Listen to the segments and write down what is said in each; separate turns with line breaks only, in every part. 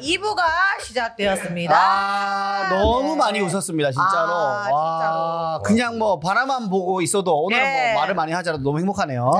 2부가 시작되었습니다.
아, 너무
네.
많이 웃었습니다, 진짜로.
아,
와, 그냥 뭐 바라만 보고 있어도 오늘은
네.
뭐 말을 많이 하자라도 너무 행복하네요.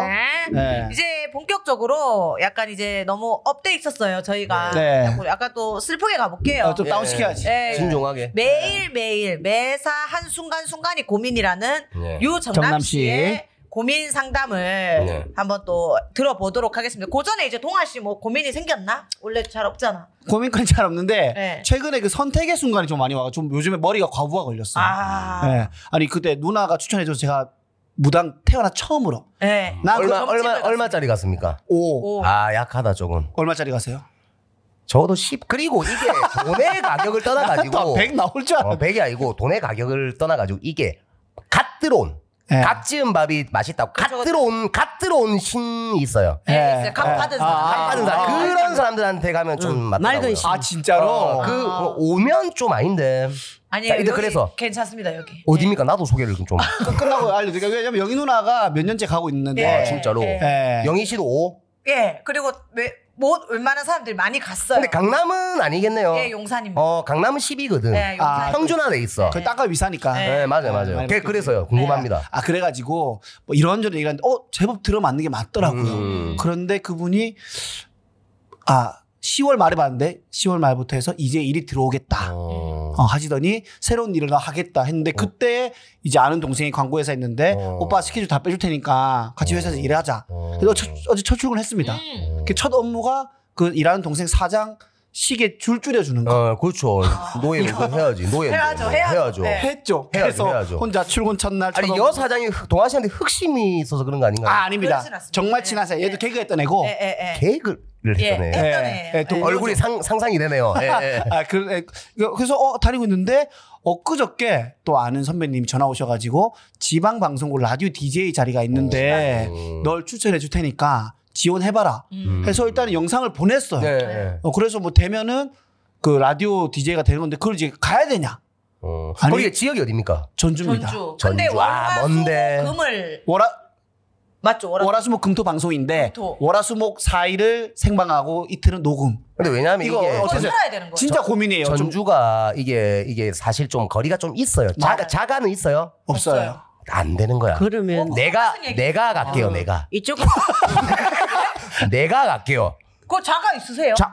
네.
네.
이제 본격적으로 약간 이제 너무 업돼 있었어요 저희가
네.
자꾸 약간 또 슬프게 가볼게요.
어, 좀 다운 시켜야지.
네.
진중하게.
매일 매일 매사 한 순간 순간이 고민이라는
네.
유정남
정남 씨.
씨의 고민 상담을
네.
한번 또 들어보도록 하겠습니다. 그 전에 이제 동아 씨 뭐 고민이 생겼나? 원래 잘 없잖아.
고민거리 잘 없는데
네.
최근에 그 선택의 순간이 좀 많이 와가 좀 요즘에 머리가 과부하 걸렸어요.
아,
네. 아니 그때 누나가 추천해줘서 제가 무당 태어나 처음으로
네.
나
얼마
그
얼마
점집을
얼마짜리 갔습니까?
오,
오.
아 약하다 조금.
얼마짜리 가세요?
저도 10 그리고 이게 돈의 가격을
아,
떠나가지고
100 나올 줄
어,
알았는데
100이 아니고 돈의 가격을 떠나가지고 이게 갓 들어온
네.
갓 지은 밥이 맛있다고 갓
그쵸, 그쵸.
들어온 갓 들어온 신이 있어요.
네,
예.
있어요. 값
예.
받은
아,
사람.
아,
받은 사람
아,
그런 사람들한테 가면
음,
좀 맞더라고요.
낡은 신.
아 진짜로?
어, 그 어, 오면 좀 아닌데
아니
자,
여기 예.
이제 그래서.
괜찮습니다 여기.
어딥니까? 나도 소개를 좀.
그 끝- 끝나고 알려드릴게요. 왜냐면 영희 누나가 몇 년째 가고 있는데
예.
아, 진짜로.
예.
예.
영희 씨도 오.
예. 그리고 왜, 뭐 웬만한 사람들이 많이 갔어요.
근데 강남은 아니겠네요.
예, 용산입니다.
어 강남은 10이거든.
예, 용산.
아,
평준화 돼 있어.
그 땅값 위사니까.
네.
네, 맞아요,
네,
맞아요.
많이
그- 그래서요, 궁금합니다.
아 그래가지고 뭐 이런저런 얘기하는데 어 제법 들어맞는 게 맞더라고요.
음.
그런데 그분이 아 10월 말에 봤는데 10월 말부터 해서 이제 일이 들어오겠다.
어.
어, 하시더니 새로운 일을 나 하겠다 했는데 그때 이제 아는 동생이 광고회사 있는데
어.
오빠 스케줄 다 빼줄 테니까 같이 회사에서 일하자.
어.
그래서 첫- 어제 첫 출근을 했습니다.
음.
그 첫 업무가 그 일하는 동생 사장 시계 줄 줄여주는 거
어, 그렇죠. 노예 이거 해야지. 노예
해야죠, 해야죠. 네.
했죠.
해야죠,
그래서
해야죠.
혼자 출근 첫날 첫
아니
업무.
여 사장이 흑- 동아 씨한테 흑심이 있어서 그런 거 아닌가요?
아, 아닙니다.
그러진 않습니다.
정말
네.
친하세요.
네.
얘도 개그했던 애고.
예, 예, 예.
계획을
예.
했잖아요.
예.
예,
예.
동-
얼굴이 상, 상상이 되네요. 예, 예.
아, 그, 에, 그- 그래서 어, 다니고 있는데 엊그저께 또 아는 선배님이 전화 오셔가지고 지방 방송국 라디오 DJ 자리가 있는데
음.
널 추천해 줄 테니까 지원해봐라.
음.
해서 일단 영상을 보냈어요.
네, 네.
어, 그래서 뭐 되면은 그 라디오 DJ가 되는 건데 그걸 이제 가야 되냐?
어.
아니-
거기 지역이 어디입니까?
전주입니다.
전주. 근데
전주. 아, 뭔데.
월화수목 금을
월화
맞죠? 월화
월화수목 금토 방송인데
금토.
월화수목 4일을 생방하고 이틀은 녹음.
근데 왜냐하면
이거
이게
어,
월
어떻게-
전,
살아야 되는 거죠.
진짜 고민이에요. 좀
전주가 이게 이게 사실 좀 거리가 좀 있어요. 자가 자가는 있어요.
없어요.
안 되는 거야.
그러면
내가
무슨 얘기-
내가 갈게요. 내가
이쪽
내가 갈게요.
그거 자가 있으세요?
자,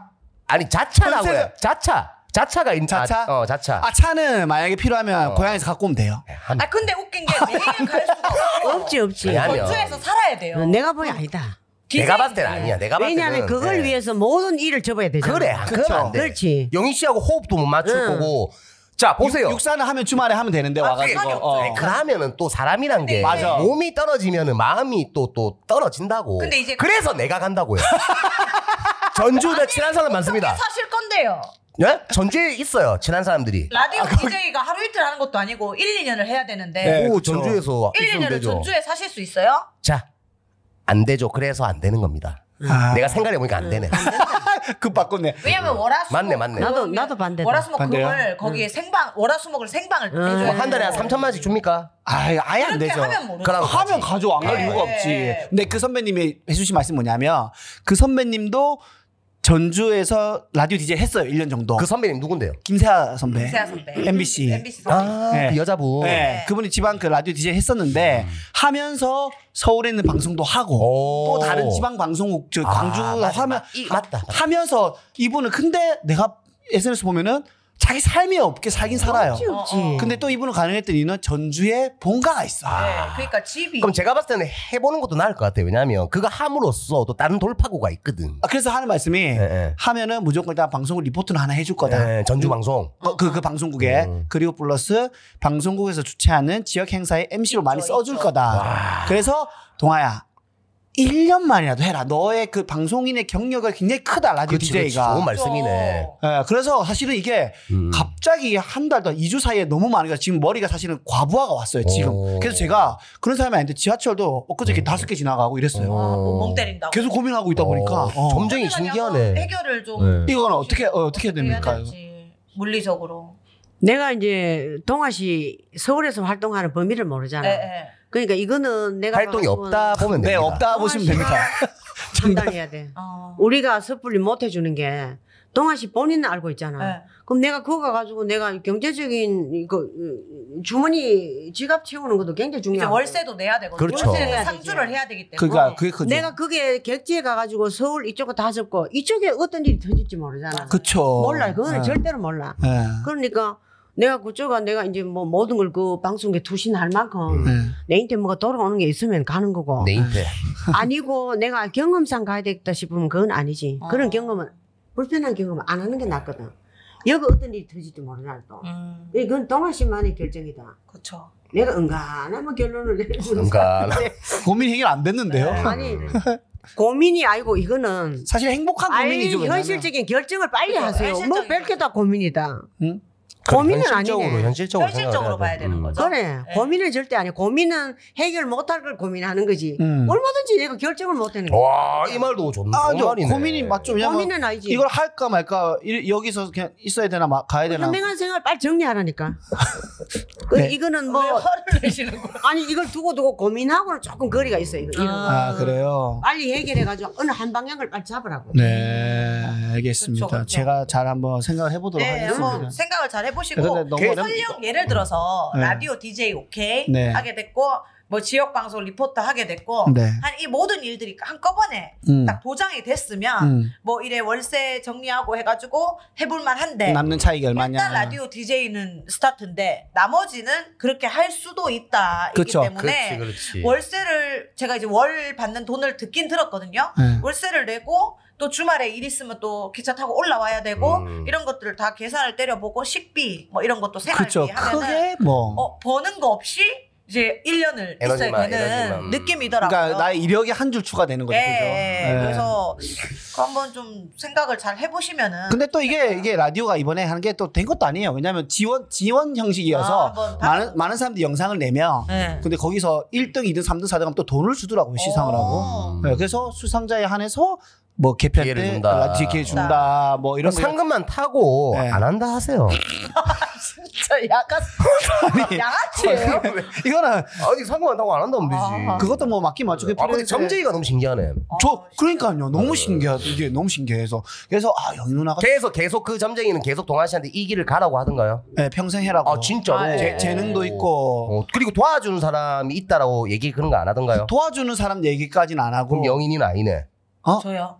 아니 자차라고요.
전세가-
자차. 자차가 있는
자차?
아, 어, 자차. 어.
아 차는 만약에 필요하면 고향에서 갖고 오면 돼요.
한-
아 근데 웃긴 게 매일 갈 수가 없고
없지 없지.
아니, 아니.
전주에서 살아야 돼요.
어, 내가 보기 아니다.
음, 내가
디제이.
봤을 때는 아니야. 내가 봤을 때는
왜냐하면 그걸
예.
위해서 모든 일을 접어야 되잖아.
그래. 그건 안 돼.
그렇지.
영희 씨하고 호흡도 못 맞출
응.
거고. 자 보세요.
육사는 하면 주말에 하면 되는데 와가지고.
상관이
어.
아니, 그러면은 또 사람이란 게
맞아.
몸이 떨어지면은 마음이 또 또 떨어진다고.
근데 이제-
그래서 내가 간다고요. 전주에 친한 사람 많습니다.
어떻게 사실 건데요.
예? 전주에 있어요. 친한 사람들이.
라디오 DJ가 하루 이틀 하는 것도 아니고 1, 2년을 해야 되는데
네.
오
그쵸.
전주에서
1,
있으면
2년을
되죠.
전주에 사실 수 있어요?
자, 안 되죠. 그래서 안 되는 겁니다.
아.
내가 생각해 보니까 안 되네.
급 바꿨네.
왜냐면 월화수목
맞네, 맞네.
나도- 나도 반대다.
월화수목
반대요?
금을 거기에 생방 월화수목을 생방을
음.
해줘야
어, 뭐한 달에 한
되고.
3천만 원씩 줍니까?
아예 아예 안
그렇게
되죠.
하면 모르죠.
그럼
하면
가지.
가죠. 안 갈
네.
이유가 없지.
네.
근데 그 선배님이 해주신 말씀 뭐냐면 그 선배님도 전주에서 라디오 DJ 했어요. 1년 정도.
그 선배님 누군데요?
김세아 선배.
세아 선배.
MBC.
MBC 선배.
아,
네.
그 여자분.
네. 그분이 지방 그 라디오 DJ 했었는데
음.
하면서 서울에 있는 방송도 하고 또
오.
다른 지방 방송국 저
아,
광주
맞아,
하면
맞- 이- 맞다. 맞다.
하면서 이분은 근데 내가 SNS 보면은 자기 삶이 없게 살긴 살아요.
없지 없지.
어, 어.
근데 또 이분은 가능했던 이유는 전주에 본가가 있어.
아.
네, 그러니까 집이
그럼 제가 봤을 때는 해보는 것도 나을 것 같아요. 왜냐하면 그거 함으로써 또 다른 돌파구가 있거든.
아, 그래서 하는 말씀이
예.
하면은 무조건 일단 방송을 리포트는 하나 해줄 거다.
예, 음. 전주 방송.
어, 그, 그 방송국에 그리고 플러스 방송국에서 주최하는 지역 행사에 MC로 많이
있죠,
써줄
있죠.
거다. 그래서 동아야 1년만이라도 해라. 너의 그 방송인의 경력을 굉장히 크다 라디오
그렇지, 그렇지.
DJ가.
좋은 말씀이네.
아,
음.
예, 그래서 사실은 이게 그렇죠. 갑자기 한 달 더, 2주 사이에 너무 많으니까 지금 머리가 사실은 과부하가 왔어요, 지금.
오. 네.
그래서 제가 그런 사람이 아닌데 지하철도 엊그저께 다섯 개 지나가고 이랬어요.
와몸 뭐 때린다고.
계속 고민하고 있다 보니까.
어,
어.
점쟁이 신기하네.
해결을 좀
이건 어떻게, 어, 어떻게 해야
해야
됩니까?
될지 물리적으로.
내가 이제 동아 씨 서울에서 활동하는 범위를 모르잖아.
예, 예.
그러니까 이거는 내가
네, 활동이
봐가지고는
없다 보면
네,
아,
됩니다.
없다 보시면 됩니다.
판단해야 돼.
어.
우리가 섣불리 못 해주는 게 동아 씨 본인은 알고 있잖아.
네.
그럼 내가 그거 가지고 내가 경제적인 그 어, 주머니 지갑 채우는 것도 굉장히
이제
중요하고.
월세도 내야 되고
그렇죠.
월세 상주를 해야 되기 때문에
그러니까 그게 크죠.
네. 내가 그게 객지에 가가지고 서울 이쪽은 다 접고 이쪽에 어떤 일이 터질지 모르잖아.
그쵸.
몰라. 그거는
예.
절대로 몰라.
예.
그러니까 내가 그쪽에 내가 이제 뭐 모든 걸 그 방송에 투신할 만큼
예.
내 인테 뭐가 돌아오는 게 있으면 가는 거고
네.
내 인태.
아니고 내가 경험상 가야 되겠다 싶으면 그건 아니지.
어.
그런 경험은 불편한 경험은 안 하는 게 낫거든. 여기 어떤 일이 터질지 모르나 또.
음,
이건 동아 씨만의 결정이다.
그렇죠.
내가 은간하면 결론을 내리고
은간.
고민 해결 안 됐는데요.
아니 고민이 아니고 이거는
사실 행복한
아이
고민이죠. 그냥.
현실적인 결정을 빨리
그죠,
하세요. 뭐
그러니까 현실적인
별게 다 고민이다.
응?
고민은
현실적으로,
아니네.
현실적으로
현실적으로
생각을 해야
봐야
돼.
되는
음.
거죠.
그래
네.
고민은 절대 아니야. 고민은 해결 못할 걸 고민하는 거지.
음. 어,
얼마든지 내가 결정을 못하는 거야.
음. 와, 이 말도 좋네.
아, 저
말이네.
고민이 맞죠. 왜냐면
고민은 아니지.
이걸 할까 말까 이- 여기서 그냥 있어야 되나 마- 가야 되나.
현명한 생활 빨리 정리하라니까. 그
네.
이거는
뭐
뭐
화를 내시는 거예요?
아니 이걸 두고 두고 고민하고는 조금 거리가 있어 이거. 이거.
아 그래요.
빨리 해결해가지고 어느 한 방향을 빨리 잡으라고.
네
그렇죠,
알겠습니다.
그쵸, 그쵸.
제가 잘 한번 생각을 해보도록
네,
하겠습니다.
한번 생각을 잘 해보시고 그
근데 너무 어렵-
설령 예를 들어서
네.
라디오 DJ 오케이
네.
하게 됐고 뭐 지역 방송 리포터 하게 됐고
네.
한 이 모든 일들이 한꺼번에
음.
딱 도장이 됐으면
음.
뭐 이래 월세 정리하고 해가지고
네.
해볼만한데
남는 차이가 얼마냐.
일단 라디오 DJ는 스타트인데 나머지는 그렇게 할 수도 있다 이기
그쵸.
때문에
그렇지, 그렇지.
네. 월세를 제가 이제 월 받는 돈을 듣긴 들었거든요.
네.
월세를 내고 또 주말에 일 있으면 또 기차 타고 올라와야 되고
음.
이런 것들을 다 계산을 때려보고 식비 뭐 이런 것도 생활비
그렇죠.
하면은
크게 뭐.
어, 버는 거 없이 이제 1년을 있어야
에너지만,
되는
에너지만. 음.
느낌이더라고요.
그러니까 나의 이력이 한 줄 추가되는 거죠.
예,
그죠?
예.
예.
그래서 그거 한번 좀 생각을 잘 해보시면은
근데 또 이게 이게 라디오가 이번에 하는 게 또 된 것도 아니에요. 왜냐하면 지원 지원
아,
형식이어서
한번
많은 많은 사람들이 영상을 내면
예.
근데 거기서 1등, 2등, 3등, 4등 하면 또 돈을 주더라고요 시상을 하고.
어.
네, 그래서 수상자에 한해서 뭐 개편
기회를
때
준다.
라디오 기회 준다. 뭐 이런 거
이런 상금만 타고
네.
안 한다 하세요.
진짜 약간 양아치예요.
이거는
아니 상금만 타고 안 한다면
아하.
되지.
그것도 뭐 맞기 맞추기
아 근데
필요한데.
점쟁이가 너무 신기하네.
어,
저 그러니까요 너무 신기하다 이게 너무 신기해서 그래서 아 영희 누나가
계속 계속 그 점쟁이는 계속 동아 씨한테 이 길을 가라고 하던가요?
네, 평생 해라고
아 진짜로
아, 예.
재, 재능도 있고
어, 그리고 도와주는 사람이 있다라고 얘기 그런 거 안 하던가요?
도와주는 사람 얘기까지는 안 하고
그럼 영인이는 아니네.
어? 저요.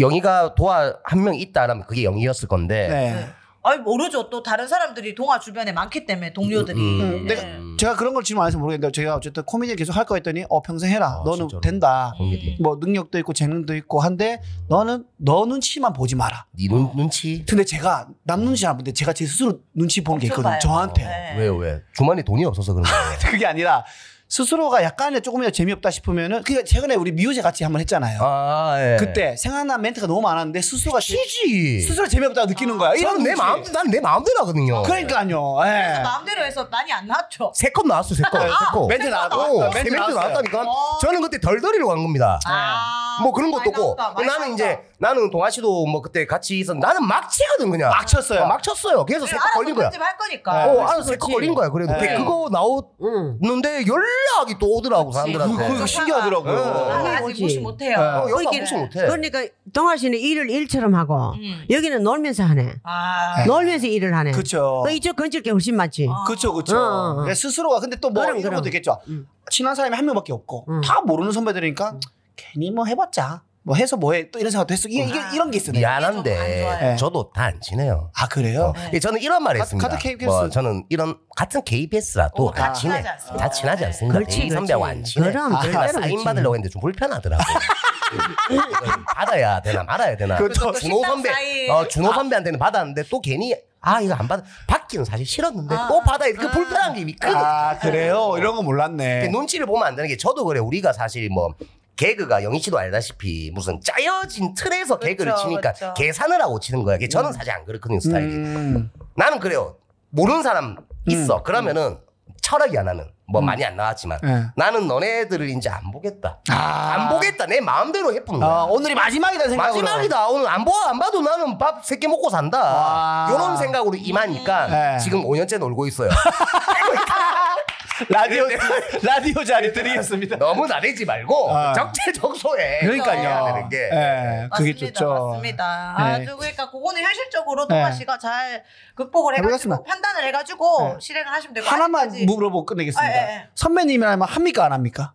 영희가 도와 한 명 있다라면 그게 영희였을 건데.
네.
네. 아니 모르죠. 또 다른 사람들이 동화 주변에 많기 때문에 동료들이.
음,
음,
예.
내가 제가 그런 걸 질문 안 해서 모르겠는데 제가 어쨌든 코미디를 계속 할 거 했더니 어 평생 해라
아,
너는
진짜로?
된다
음.
공기디.
뭐 능력도 있고 재능도 있고 한데 너는 너 눈치만 보지 마라
네 눈, 눈치?
근데 제가 남 눈치 안 보는데 제가 제 스스로 눈치 보는 게
엄청
있거든요
봐요.
저한테
네.
왜요 왜? 주머니 돈이 없어서 그런 거예요.
그게 아니라 스스로가 약간의 조금이라도 재미없다 싶으면은 그러니까 최근에 우리 미우새 같이 한번 했잖아요
아 예.
그때 생각난 멘트가 너무 많았는데 스스로가 제-
쉬지.
스스로 재미없다 느끼는 거야 이런
저는 내
눈치.
마음 난내 마음대로 하거든요.
그러니까요 예.
마음대로 해서 많이 안 나왔죠.
세컵 나왔어 세컵. 세컵.
멘트
오,
아, 나왔고
세 멘트 나왔다니까.
어.
저는 그때 덜덜이로 간 겁니다.
아,
뭐 그런
많이
것도 없고
나온다, 많이
나는 이제
나온다.
나는 동아 씨도 뭐 그때 같이 있었 나는 막 치거든 그냥
막 쳤어요.
어, 막 쳤어요 그래서
그래,
세컵
알아서
걸린 거야
편집 할 거니까.
네.
어 알아서 세컵 걸린 거야 그래도
네.
근데 그거 나오는데
응.
연락이 또 오더라고
그거
사람들한테
그거 신기하더라고요
어.
아,
오지.
아직 무시 못해요.
네.
어,
어,
연락
이게-
무시 못해
그러니까 동아 씨는 일을 일처럼 하고
음.
여기는 놀면서 하네.
아,
놀면서 일을 하네.
그쵸
그 이쪽 건질 게 훨씬 많지.
어.
그쵸 그쵸
어, 어, 어.
그러니까 스스로가 근데 또 뭐
그럼,
이런
그럼.
것도 있겠죠
음.
친한 사람이 한 명밖에 없고
음.
다 모르는 선배들이니까 괜히 뭐 해봤자 뭐 해서 뭐해 또 이런 생각도 했어 이게, 이게
아.
이런 게 있어 내가.
이게 좀안
미안한데
좋아요.
저도 다 안 친해요
아 그래요?
네.
예, 저는 이런 말을
가-
했습니다
같은 KBS.
뭐 저는 이런 같은 KBS라
오,
또다
다
친해
친하지 않습니다.
다 친하지
네.
않습니다
그렇지,
이
그렇지.
선배하고 안 친해
그럼,
아, 제가
절대로
사인
그렇지.
받으려고 했는데 좀 불편하더라고 이걸 받아야 되나 말아야 되나
그렇죠.
준호
식당
선배
사인.
어, 준호 선배한테는 받았는데 또 괜히 아 이거 안 받아 받기는 사실 싫었는데 또 받아야 그 불편한 게 있거든
아 그래요? 이런 거
근데
몰랐네 음.
눈치를 보면 안 되는 게 저도 그래 우리가 사실 뭐 개그가 영희 씨도 알다시피 무슨 짜여진 틀에서 개그를
그쵸,
치니까
그쵸.
계산을 하고 치는 거야. 이게 저는 사실 안 그렇거든요 스타일이.
음.
나는 그래요. 모르는 사람 있어. 그러면은 철학이야 나는 뭐 많이 안 나왔지만
음. 예.
나는 너네들을 이제 안 보겠다.
아.
안 보겠다 내 마음대로 해보는 거야.
아, 오늘이 마지막이다 생각으로
마지막이다 오늘 안 봐 안 봐도 나는 밥 세 개 먹고 산다
와.
이런 생각으로 임하니까
네.
지금 5년째 놀고 있어요.
라디오 라디오 자리들이었습니다.
너무 나대지 말고
아.
적재적소에 해야
그러니까요.
되는 게
예, 그게
맞습니다,
좋죠.
맞습니다.
네.
아주 그러니까 그거는 현실적으로 동아
네.
씨가 잘 극복을 해가지고
해보겠습니다.
판단을 해가지고
네.
실행을 하시면 되고
하나만
아직까지-
물어보고 끝내겠습니다.
아, 예, 예.
선배님이라면 합니까 안 합니까?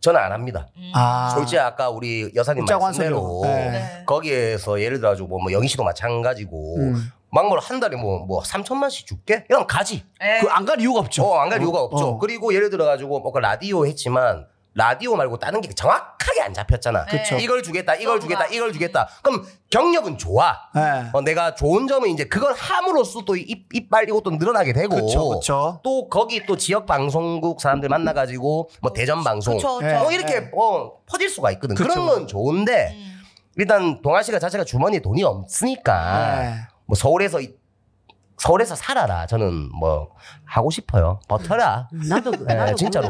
저는 안 합니다.
음.
아,
솔직히 아까 우리 여사님
웃자고 한
말씀대로
소리로. 네.
네.
거기에서 예를 들어가지고 뭐, 뭐 영희 씨도 마찬가지고
음.
막말 한 달에 뭐 뭐 3천만씩 줄게? 그럼 가지.
예.
그 안 갈 이유가 없죠.
어, 안 갈 이유가 없죠.
어.
그리고 예를 들어가지고 뭐까 라디오 했지만 라디오 말고 다른 게 정확하게 안 잡혔잖아.
네. 그쵸.
이걸 주겠다, 이걸 주겠다, 이걸 주겠다. 그럼 경력은 좋아.
예.
어, 내가 좋은 점은 이제 그걸 함으로써 또 입, 이빨 이것도 늘어나게 되고.
그쵸, 그쵸.
또 거기 또 지역 방송국 사람들 만나가지고 뭐 대전 방송.
그쵸, 네.
예.
저-
뭐 이렇게 어, 퍼질 수가 있거든. 그
그쵸.
런건 좋은데
음.
일단 동아 씨가 자체가 주머니에 돈이 없으니까
예.
뭐 서울에서 이- 서울에서 살아라. 저는 뭐 하고 싶어요. 버텨라.
나도
예,
나도
진짜로.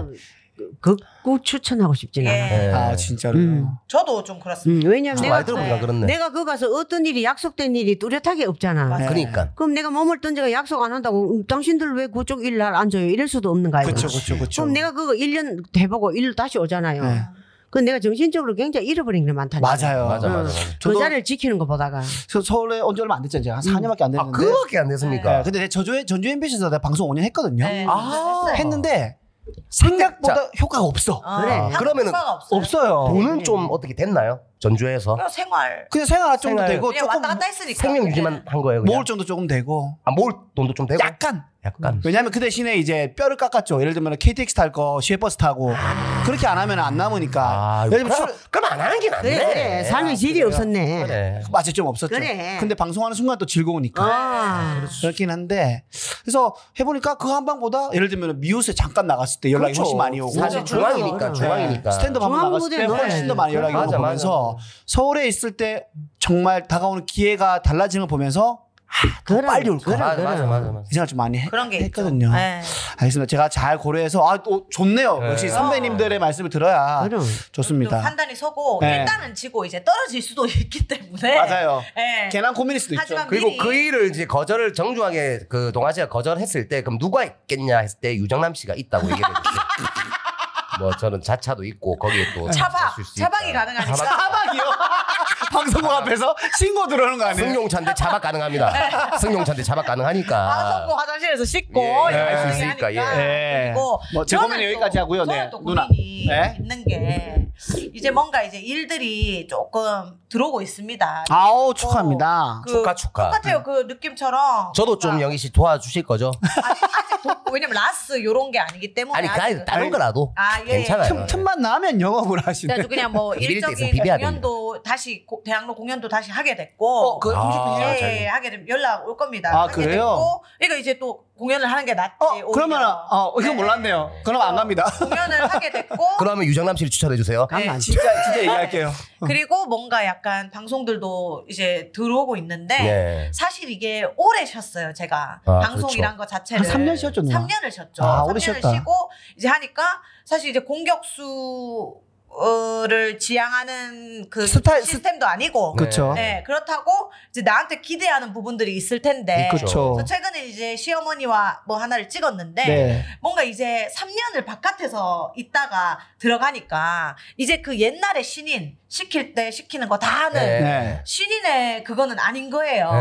그냥 극구 추천하고 싶진 않아.
네.
예.
아 진짜로.
음.
저도 좀 그렇습니다.
음, 왜냐면
아,
말
내가
들어보니까 그렇네.
내가 그 가서 어떤 일이 약속된 일이 뚜렷하게 없잖아.
네.
맞아.
그러니까.
그럼 내가 몸을 던져가 약속 안 한다고 음, 당신들 왜 그쪽 일 날 안 줘요? 이럴 수도 없는 거 아니야.
그쵸, 그쵸, 그쵸.
그럼 내가 그거 1년 돼보고 일 다시 오잖아요.
네.
그 내가 정신적으로 굉장히 잃어버린 게 많다니까.
맞아요.
맞아, 맞아, 맞아.
저도- 아,
그 자리를 지키는 거 보다가.
서- 서울에 온 지 얼마 안 됐잖아요. 제가 한
음.
4년밖에 안
아,
됐는데.
그밖에 안
예,
됐습니까?
근데 내 저조 전주 MBC에서 내가 방송 5년 했거든요.
네,
아.
했어요.
음. 했는데 생각보다 효과가 없어.
아,
그래.
한
그러면은
효과가 없어요.
없어요.
돈은 좀 어떻게 됐나요? 전주에서
그냥 생활
그냥 생활 정도
생활.
되고
그냥
조금
왔다 갔다 했으니까
생명 유지만 한 거예요. 그냥?
모을 정도 조금 되고
아, 모을 돈도 좀 되고.
약간
약간.
왜냐면 그 대신에 이제 뼈를 깎았죠. 예를 들면 KTX 탈 거 시외버스 타고 그렇게 안 하면 안 남으니까.
아,
예를
그럼,
들면 출...
그럼 안 하는 게 낫네.
그래, 그래. 삶의 질이 없었네.
그래.
맛이 좀 없었죠.
그래.
근데 방송하는 순간 또 즐거우니까.
아.
그렇긴 한데 그래서 해보니까 그 한방보다 예를 들면 미우스에 잠깐 나갔을 때 연락이
그렇죠.
훨씬 많이 오고 네.
사실 중앙이니까, 중앙이니까.
스탠드업 한번 나갔을 때
중앙무대는
훨씬 더 많이 연락이 오고
맞아, 맞아.
보면서 서울에 있을 때 정말 다가오는 기회가 달라지는 걸 보면서
그럼,
빨리 올
그럼,
거야.
맞아,
그럼.
맞아, 맞아, 맞아.
이 생각 좀 많이 해-
그런 게 있죠.
했거든요.
예.
알겠습니다. 제가 잘 고려해서 아, 또 좋네요. 역시
네.
선배님들의 말씀을 들어야
그럼.
좀
좋습니다.
판단이 서고
네.
일단은 지고 이제 떨어질 수도 있기 때문에
맞아요.
예.
괜한 고민일 수도 있죠.
하지만
그리고
미리-
그 일을 이제 거절을 정중하게 그 동아씨가 거절했을 때 그럼 누가 있겠냐 했을 때 유정남 씨가 있다고 얘기를 했거든요. 뭐 저는 자차도 있고 거기에 또
차박,
있을 수
차박이
있다.
가능하니까.
차박,
사박이요. 방송국 앞에서 신고 들어오는 거 아니에요?
승용차인데 차박 가능합니다. 승용차인데
방송국
차박 가능하니까.
아, 화장실에서 씻고
예, 예,
이렇게
할수 있으니까,
하니까.
예.
그리고
뭐제
저는
고민은
또-
여기까지 하고요.
저는
네,
또
누나.
고민이
네.
있는 게 이제 뭔가 이제 일들이 조금 들어오고 있습니다.
아우 축하합니다. 네.
그
축하 축하.
똑같아요 그 느낌처럼.
저도 좀 영희 씨 도와주실 거죠?
아직, 아직 도- 왜냐면 라스 요런 게 아니기 때문에
아니 가
아직은.
다른 거라도
아, 예, 예.
괜찮아요.
틈, 틈만 나면 영업을 하시네.
그래가지고 그냥 뭐
미리
일적인
대해서 비벼야
공연도 다시 고- 대학로 공연도 다시 하게 됐고
어, 그
아,
음식
예,
잘-
예, 하게 되면 연락 올 겁니다.
아,
하게
그래요?
됐고, 그러니까 이제 또 공연을 하는 게 낫지.
어, 그러면
네, 오히려.
어, 이거
네. 어.
몰랐네요. 그럼 안 갑니다. 아,
공연을 하게 됐고
그러면 유정남 씨를 추천해 주세요.
아, 네.
가면 안 돼.
진짜 진짜 얘기할게요.
그리고 뭔가 약간 방송들도 이제 들어오고 있는데
예.
사실 이게 오래 쉬었어요 제가
아,
방송이란 거 자체를
그렇죠. 한 3년 쉬었죠, 누나.
3년을 쉬었죠.
아,
3년을
오래 쉬었다.
쉬고 이제 하니까 사실 이제 공격수 를 지향하는 그
스타일, 스-
시스템도 아니고
그쵸.
네. 그렇다고 이제 나한테 기대하는 부분들이 있을 텐데
그쵸.
그렇죠.
그래서 최근에 이제 시어머니와 뭐 하나를 찍었는데
네.
뭔가 이제 3년을 바깥에서 있다가 들어가니까 이제 그 옛날에 신인 시킬 때 시키는 거 다 하는
네.
네.
신인의 그거는 아닌
예.
거예요.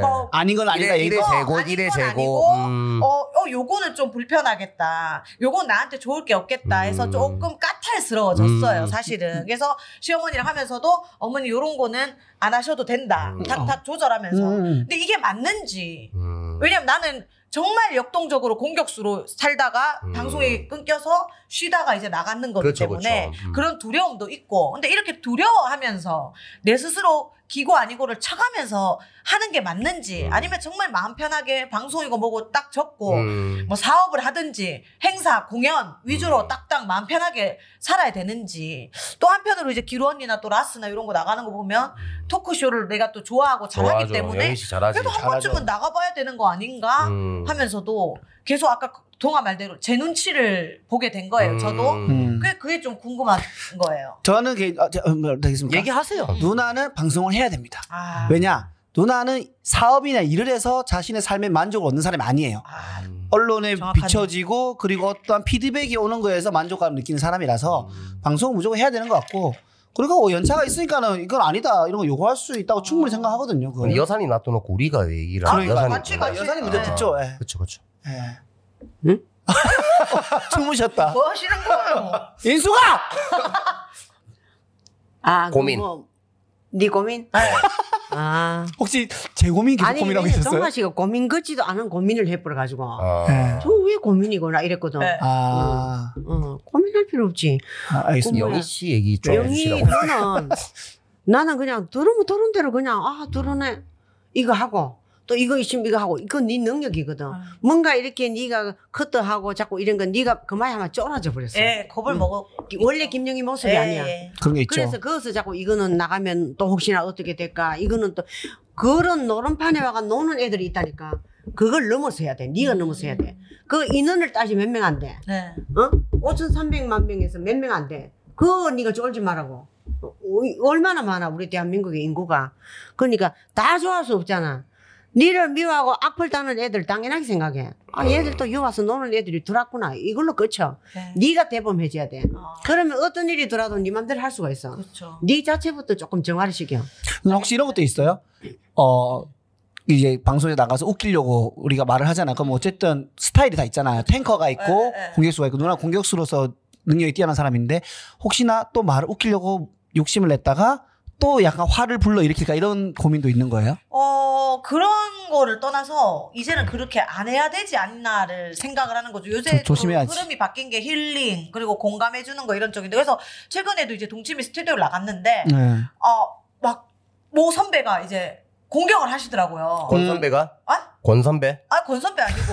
뭐,
아닌 건 아니다.
이래,
얘기.
이래
어,
재고
아닌
이래
건
재고.
아니고,
음.
어, 어, 요거는 좀 불편하겠다. 요건 나한테 좋을 게 없겠다 해서
음.
조금 까탈스러워졌어요,
음.
사실은. 그래서 시어머니랑 하면서도 어머니 요런 거는 안 하셔도 된다.
음.
탁탁 조절하면서.
음.
근데 이게 맞는지.
음.
왜냐면 나는 정말 역동적으로 공격수로 살다가
음.
방송이 끊겨서 쉬다가 이제 나가는 거기
그렇죠,
때문에
그렇죠. 음.
그런 두려움도 있고 근데 이렇게 두려워하면서 내 스스로 기고 아니고를 쳐가면서 하는 게 맞는지
음.
아니면 정말 마음 편하게 방송이고 뭐고 딱 접고
음.
뭐 사업을 하든지 행사 공연 위주로
음.
딱딱 마음 편하게 살아야 되는지 또 한편으로 이제 기루 언니나 또 라스나 이런 거 나가는 거 보면 토크쇼를 내가 또 좋아하고 잘하기
음. 좋아하죠.
때문에
영희 씨 잘하지.
그래도 한
잘하죠.
번쯤은 나가봐야 되는 거 아닌가
음.
하면서도 계속 아까 그 동아 말대로 제 눈치를 보게 된 거예요. 저도
음.
그게 그게 좀 궁금한 거예요.
저는 그 어, 저, 어, 뭐, 되겠습니까?
얘기하세요.
누나는 방송을 해야 됩니다.
아,
왜냐? 누나는 사업이나 일을 해서 자신의 삶에 만족을 얻는 사람이 아니에요.
아,
음.
언론에
정확하네요.
비춰지고 그리고 어떠한 피드백이 오는 거에서 만족감을 느끼는 사람이라서 방송은 무조건 해야 되는 것 같고 그리고 연차가 있으니까는 이건 아니다 이런 거 요구할 수 있다고 충분히 생각하거든요. 그거.
근데 여산이 놔둬놓고 우리가 왜 일을
아,
하는
그러니까.
여산이
맞지, 맞지.
여산이 먼저
네.
듣죠. 예.
그렇죠 그렇죠
예.
응?
주무셨다.
뭐 하시는 거예요?
인수가
아,
고민.
그거 네 고민? 아.
혹시 제 고민 계속
아니,
고민하고
왜냐면
있었어요?
정화 씨가 고민 같지도 않은 고민을 해버려가지고.
아.
예.
저 왜 고민이구나 이랬거든.
네.
아,
어, 고민할 필요 없지.
아, 알겠습니다.
영희 씨 얘기 좀
영희
해주시라고
너는 나는 그냥 들으면 들은 대로 그냥 아 들으네 이거 하고 또 이거 있으면 이거 하고 이건 네 능력이거든.
아.
뭔가 이렇게 네가 커트하고 자꾸 이런 건 네가 그만하면 쫄아져 버렸어.
예, 겁을
음.
먹어.
원래 김영희 모습이
예,
아니야.
예.
그런 게 있죠.
그래서 거기서 자꾸 이거는 나가면 또 혹시나 어떻게 될까 이거는 또 그런 노름판에 와가 노는 애들이 있다니까 그걸 넘어서야 돼 네가 넘어서야 돼그 인원을 따지 몇 명 안돼
네.
어? 5,300만 명에서 몇 명 안 돼. 그거 네가 쫄지 말라고. 어, 얼마나 많아 우리 대한민국의 인구가. 그러니까 다 좋아할 수 없잖아. 니를 미워하고 악플 따는 애들 당연하게 생각해. 아 얘들 또 유와서 노는 애들이 들었구나. 이걸로 끝쳐.
네.
네가 대범해져야 돼.
아,
그러면 어떤 일이 들어도 네 맘대로 할 수가 있어.
그렇죠.
네 자체부터 조금 정화를 시켜.
그럼 혹시 이런 것도 있어요? 어 이제 방송에 나가서 웃기려고 우리가 말을 하잖아. 그럼 어쨌든 스타일이 다 있잖아요. 탱커가 있고
네, 네.
공격수가 있고 누나 공격수로서 능력이 뛰어난 사람인데 혹시나 또 말을 웃기려고 욕심을 냈다가 또 약간 화를 불러 일으킬까 이런 고민도 있는 거예요.
어 그런 거를 떠나서 이제는 그렇게 안 해야 되지 않나를 생각을 하는 거죠. 요새
조-
그
조심해야지.
흐름이 바뀐 게 힐링 그리고 공감해 주는 거 이런 쪽인데 그래서 최근에도 이제 동치미 스튜디오를 나갔는데
네.
어, 어막모 선배가 이제 공격을 하시더라고요.
권 선배가
아?
권 선배
아 권 선배 아니고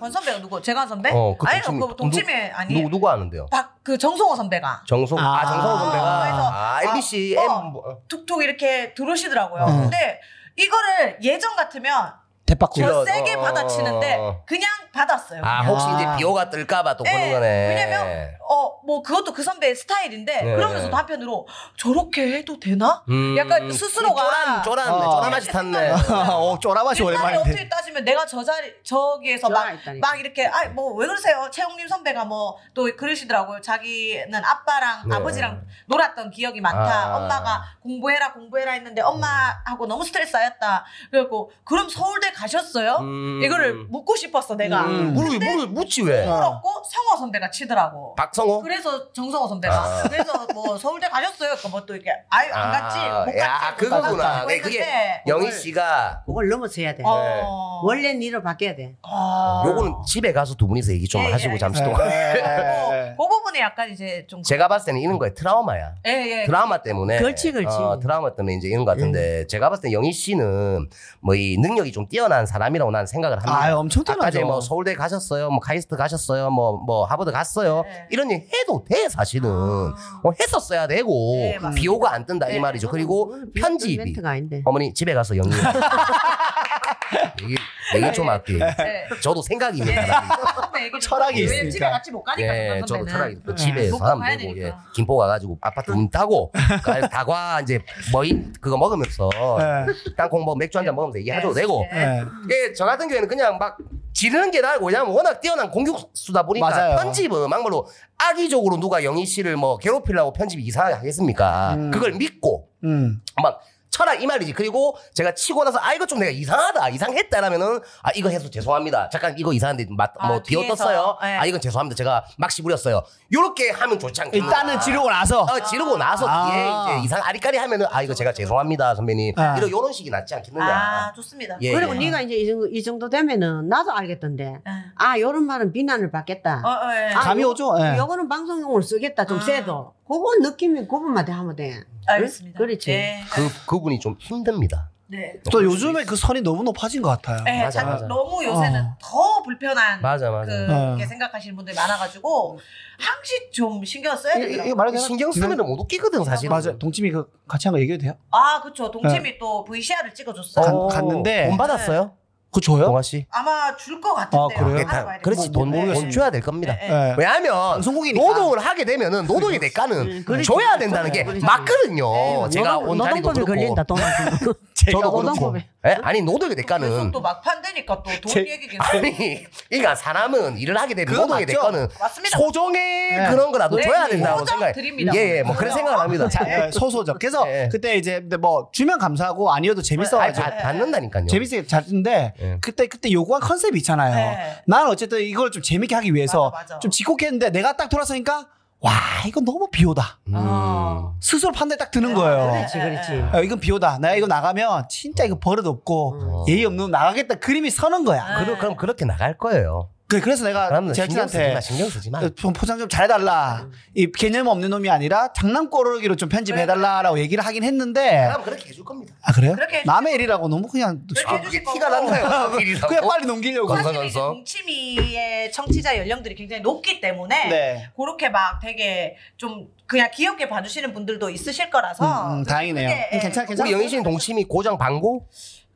권 선배가 누구? 재관 선배?
어, 그
아니요
동치미.
그 동치미 아니.
누구
요
누구 아는데요
박그 정성호 선배가
정성 아,
아,
정성호
그래서,
선배가 아 MBC
아,
M
어.
뭐,
툭툭 이렇게 들어오시더라고요.
음.
근데 이거를 예전 같으면
대박구.
저
이런,
세게
어,
받아치는데
어.
그냥 받았어요.
아 혹시
아.
이제 비호가 뜰까봐 또
예,
보는 거네
왜냐면 어 뭐 그것도 그 선배의 스타일인데
네.
그러면서도 한편으로 저렇게 해도 되나?
음,
약간 스스로가
쫄았 쫄았네
어.
쫄아맛이 탔네
어, 쪼라바시
일단은 어떻게
오랜만인데.
따지면 내가 저 자리 저기에서 막
정화
막
있다니까.
이렇게 아 뭐 왜 그러세요? 채용님 선배가 뭐 또 그러시더라고요. 자기는 아빠랑
네.
아버지랑 놀았던 기억이 많다.
아.
엄마가 공부해라 공부해라 했는데 엄마하고 너무 스트레스 쌓였다. 그래갖고 그럼 서울대 가셨어요?
음.
이거를 묻고 싶었어 내가.
음, 물을 물을 묻지 왜
물었고 성호 선배가 치더라고.
박성호
그래서 정성호 선배가
아.
그래서 뭐 서울대 가셨어요? 그러니까 뭐또 이렇게 아유 안 갔지 못 갔지.
야,
못 갔다
그거구나.
뭐
네, 그게 네.
했는데
영희
그걸-
씨가
그걸 넘어서야 돼.
어.
원래 니로 바뀌어야 돼.
아.
요거는 집에 가서 두 분이서 얘기 좀
예,
하시고
예,
잠시
네.
동안
어, 그 부분에 약간 이제 좀
제가 봤을 때는 이런 거에 트라우마야.
예예
드라마 때문에
그렇지, 그렇지. 예.
어, 드라마 때문에 이제 이런 것 같은데 제가 봤을 때 영희 씨는 뭐 이 능력이 좀 뛰어난 사람이라고 나는 생각을 합니다.
아유, 엄청
아까 전에
뛰어나죠.
뭐 서울대 가셨어요, 뭐 카이스트 가셨어요, 뭐 뭐 하버드 갔어요.
네.
이런 얘기 해도 돼 사실은.
아.
뭐 했었어야 되고
네, 맞습니다.
비호가 안 뜬다
네.
이 말이죠. 아, 그리고
그건
편집이
멘트가 아닌데.
어머니 집에 가서 영희 얘기 얘기 좀 할게.
네.
저도 생각이 있는
예.
사람이.
선배 얘기 좀
철학이
들어볼게요. 왜냐면
있으니까.
집에 같이 못 가니까
예,
정선
저도
선배는. 네.
차라리 또
예.
집에서
먹고 가야
하면 되고 예,
되니까.
김포 가가지고 아파트 문 따고 가- 다과 이제 뭐인 그거 먹으면서
네.
땅콩 뭐 맥주 한 잔 먹으면서 얘기하셔도
예.
되고
예.
예, 저 같은 경우에는 그냥 막 지르는 게 나고 왜냐면 워낙 뛰어난 공격수다 보니까
맞아요.
편집은 막말로 악의적으로 누가 영희 씨를 뭐 괴롭히려고 편집이 이상하게 하겠습니까?
음.
그걸 믿고
음.
막 철학 이 말이지. 그리고 제가 치고 나서 아 이거 좀 내가 이상하다, 이상했다라면은 아 이거 해서 죄송합니다. 잠깐 이거 이상한데 맞,
아,
뭐
뒤에서,
뒤어떴어요.
예.
아 이건 죄송합니다. 제가 막시 부렸어요. 요렇게 하면 좋지 않겠나?
일단은 지르고 나서
어, 지르고 나서
아.
뒤에 이제 이상 아리까리 하면은 아 이거 제가 죄송합니다 선배님.
아.
이런 요런 식이 낫지 않겠느냐?
아 좋습니다
예.
그리고 네가 이제 이 정도, 이 정도 되면은 나도 알겠던데.
예.
아, 요런 말은 비난을 받겠다.
어, 어, 예.
아,
감이
요-
오죠. 예.
요거는 방송용으로 쓰겠다. 좀
아.
세도. 그거 느낌이 구분만 돼 하면 돼.
알겠습니다
그렇지.
예.
그 그분이 좀 힘듭니다.
네.
또 요즘에 그 선이 너무 높아진 것 같아요.
예,
맞아,
참
맞아.
너무 요새는
어.
더 불편한
맞아
그렇게
어.
생각하시는 분들이 많아가지고 항시 좀 신경 써야
이- 이-
되더라고요.
이거 말해도 되나?
신경 쓰면 못 웃기거든 사실.
어, 맞아. 동치미 그 같이 한 거 얘기해도 돼요?
아 그쵸
네.
동치미 또 VCR을 찍어줬어요.
간- 어. 갔는데.
돈 받았어요?
그거 줘요?
동아 씨.
아마 줄 것 같은데요.
아, 그래요?
하러 가야 되겠다.
그렇지 돈,
뭐,
돈 줘야 될 겁니다.
예, 예.
예.
왜냐하면
방송국이니까.
노동을 하게 되면은 노동의 대가는
음, 그렇지.
줘야 된다는 게
그렇지.
맞거든요. 제가
노동-
온 자리도
어, 노동법에
그렇고
걸린다. 돈 안 주고.
제가 오늘
저도 그렇고
노동법에.
예? 아니
계속
노동이 될까는
또 막판 되니까 또 돈
제-
얘기 계속.
아니 그러니까 사람은 일을 하게 되면
그건
노동이
맞죠.
될까는
맞습니다.
소정의
네.
그런 거라도
네,
줘야
네.
된다고
소정
생각해.
드립니다.
예, 예, 뭐 그런
소정.
생각을 합니다.
자, 네, 소소적. 그래서
예.
그때 이제 근데 뭐 주면 감사하고 아니어도
네. 아니,
재밌어가지고
바- 받는다니까요.
재밌게 잤는데
예.
그때 그때 요구한 컨셉이 있잖아요.
네.
난 어쨌든 이걸 좀 재밌게 하기 위해서
맞아, 맞아.
좀 직콕했는데 내가 딱 돌아서니까 와 이건 너무 비호다.
음.
어.
스스로 판단이 딱 드는
네,
거예요.
네,
그렇지 그렇지.
네.
야, 이건 비호다. 내가 이거 나가면 진짜 이거 버릇 없고
어.
예의 없는 놈 나가겠다 그림이 서는 거야.
네.
그러, 그럼 그렇게 나갈 거예요.
그- 그래서 내가
그러면 신경 쓰지
제작진한테
마, 신경 쓰지 마.
좀 어, 포장 좀 잘해달라.
음.
이 개념 없는 놈이 아니라 장난꾸러기로 좀 편집해달라라고 얘기를 하긴 했는데
사람 그렇게 해줄 겁니다.
아 그래요?
그렇게 해주-
남의 일이라고 너무 그냥
그렇게
아,
해주-
그게 티가 난다요.
그냥 빨리 넘기려고.
그건-
사실 이제
건강해서.
동치미의 청취자 연령들이 굉장히 높기 때문에
네.
그렇게 막 되게 좀 그냥 귀엽게 봐주시는 분들도 있으실 거라서
음, 음, 다행이네요.
어, 그게,
음, 괜찮 괜찮.
우리 영희 씨는 동심이 고장 반고?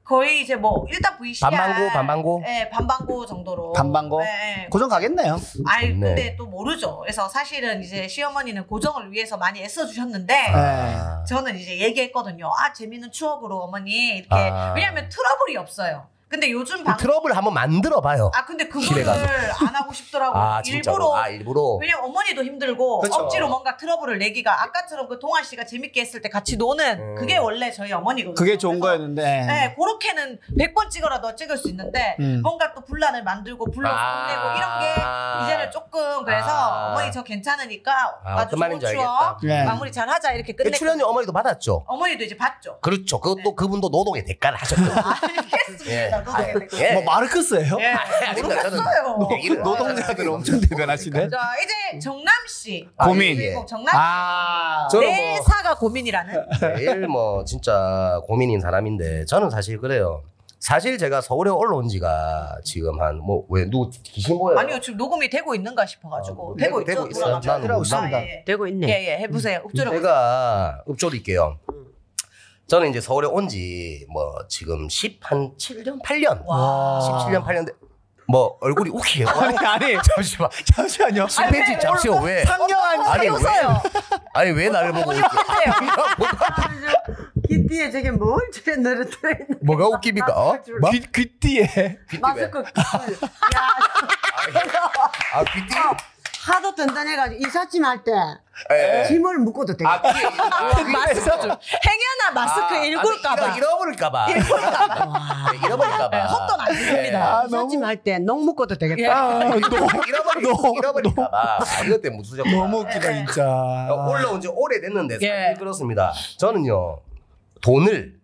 거의 이제 뭐 일단 VCR
반반고, 반반고?
예, 반반고 정도로
반반고?
예, 예.
고정 가겠네요.
아니
좋네.
근데 또 모르죠. 그래서 사실은 이제 시어머니는 고정을 위해서 많이 애써 주셨는데
아.
저는 이제 얘기했거든요. 아 재밌는 추억으로 어머니 이렇게
아. 그
왜냐하면 트러블이 없어요. 근데 요즘 방
트러블 한번 만들어 봐요.
아 근데 그거를
집에 가서.
안 하고 싶더라고.
아, 진짜로.
일부러
아, 일부러.
왜냐면 어머니도 힘들고
그쵸.
억지로 뭔가 트러블을 내기가 아까처럼 그 동아 씨가 재밌게 했을 때 같이 노는
음.
그게 원래 저희 어머니거든요.
그게 좋은
그래서
거였는데.
네, 그렇게는 100번 찍어라도 찍을 수 있는데
음.
뭔가 또 분란을 만들고 불러서
아.
혼내고 이런 게 이제는 조금 그래서
아.
어머니 저 괜찮으니까
아,
아주
어떤
좋은
말인지
추억
알겠다.
네.
마무리 잘 하자 이렇게
그
끝내
출연료 어머니도 받았죠.
어머니도 이제 봤죠.
그렇죠. 그것도 그분도 노동의 대가를 하셨죠.
알겠습니다.
예.
노동의
예.
뭐 마르크스예요?
아, 예,
아닙니다. 저는
모르겠어요.
그 얘기를
노동자들 엄청 대변하시네.
자 이제 정남 씨
아,
고민.
예.
그리고 정남
아.
저는 뭐-
내 사가 고민이라는
제일 뭐 진짜 고민인 사람인데 저는 사실 그래요. 사실 제가 서울에 올라온 지가 지금 한 뭐 왜 누구 귀신 보여요?
아니요 지금 녹음이 되고 있는가 싶어가지고
아,
되고,
되고
있죠
있어요.
돌아가면.
나는
하고
못
있습니다.
아, 예,
되고 있네.
예, 예, 해보세요 읍조로
제가 읍조릴게요. 저는 이제 서울에 온 지 뭐 지금 10 한 7년 8년
와.
17년 8년 돼- 뭐 얼굴이 웃기요.
아니 아니
잠시만
아니,
잠시만요.
왜
심팬티 잡시오 왜?
상냥한
아니, 왜?
웃어요
아니 왜 나를 보고 웃겨?
기띠에 아, 저게 뭔 저래 늘어뜨려 있는
뭐가 웃깁니까? 어?
그, 귀, 귀 뒤에
마스크. 그, 야, 어,
아 귀띠?
하도 든든해가지고 이삿짐 할 때
예.
짐을 묶어도 돼.
아 귀에 아, 귀에서
행여나 마스크 아,
아,
읽을까봐
잃어버릴까봐. 아, 잃어버릴까봐.
헛돈 안 됩니다.
아
이삿짐
너무
할 때 녹 묶어도
예.
되겠다.
아 너무
네.
너무-
잃어버리, 잃어버릴까봐. 이것 때문에 무수적.
너무 아. 웃기다
네.
진짜.
어,
올라온 지 오래됐는데
예.
사실 그렇습니다. 저는요 돈을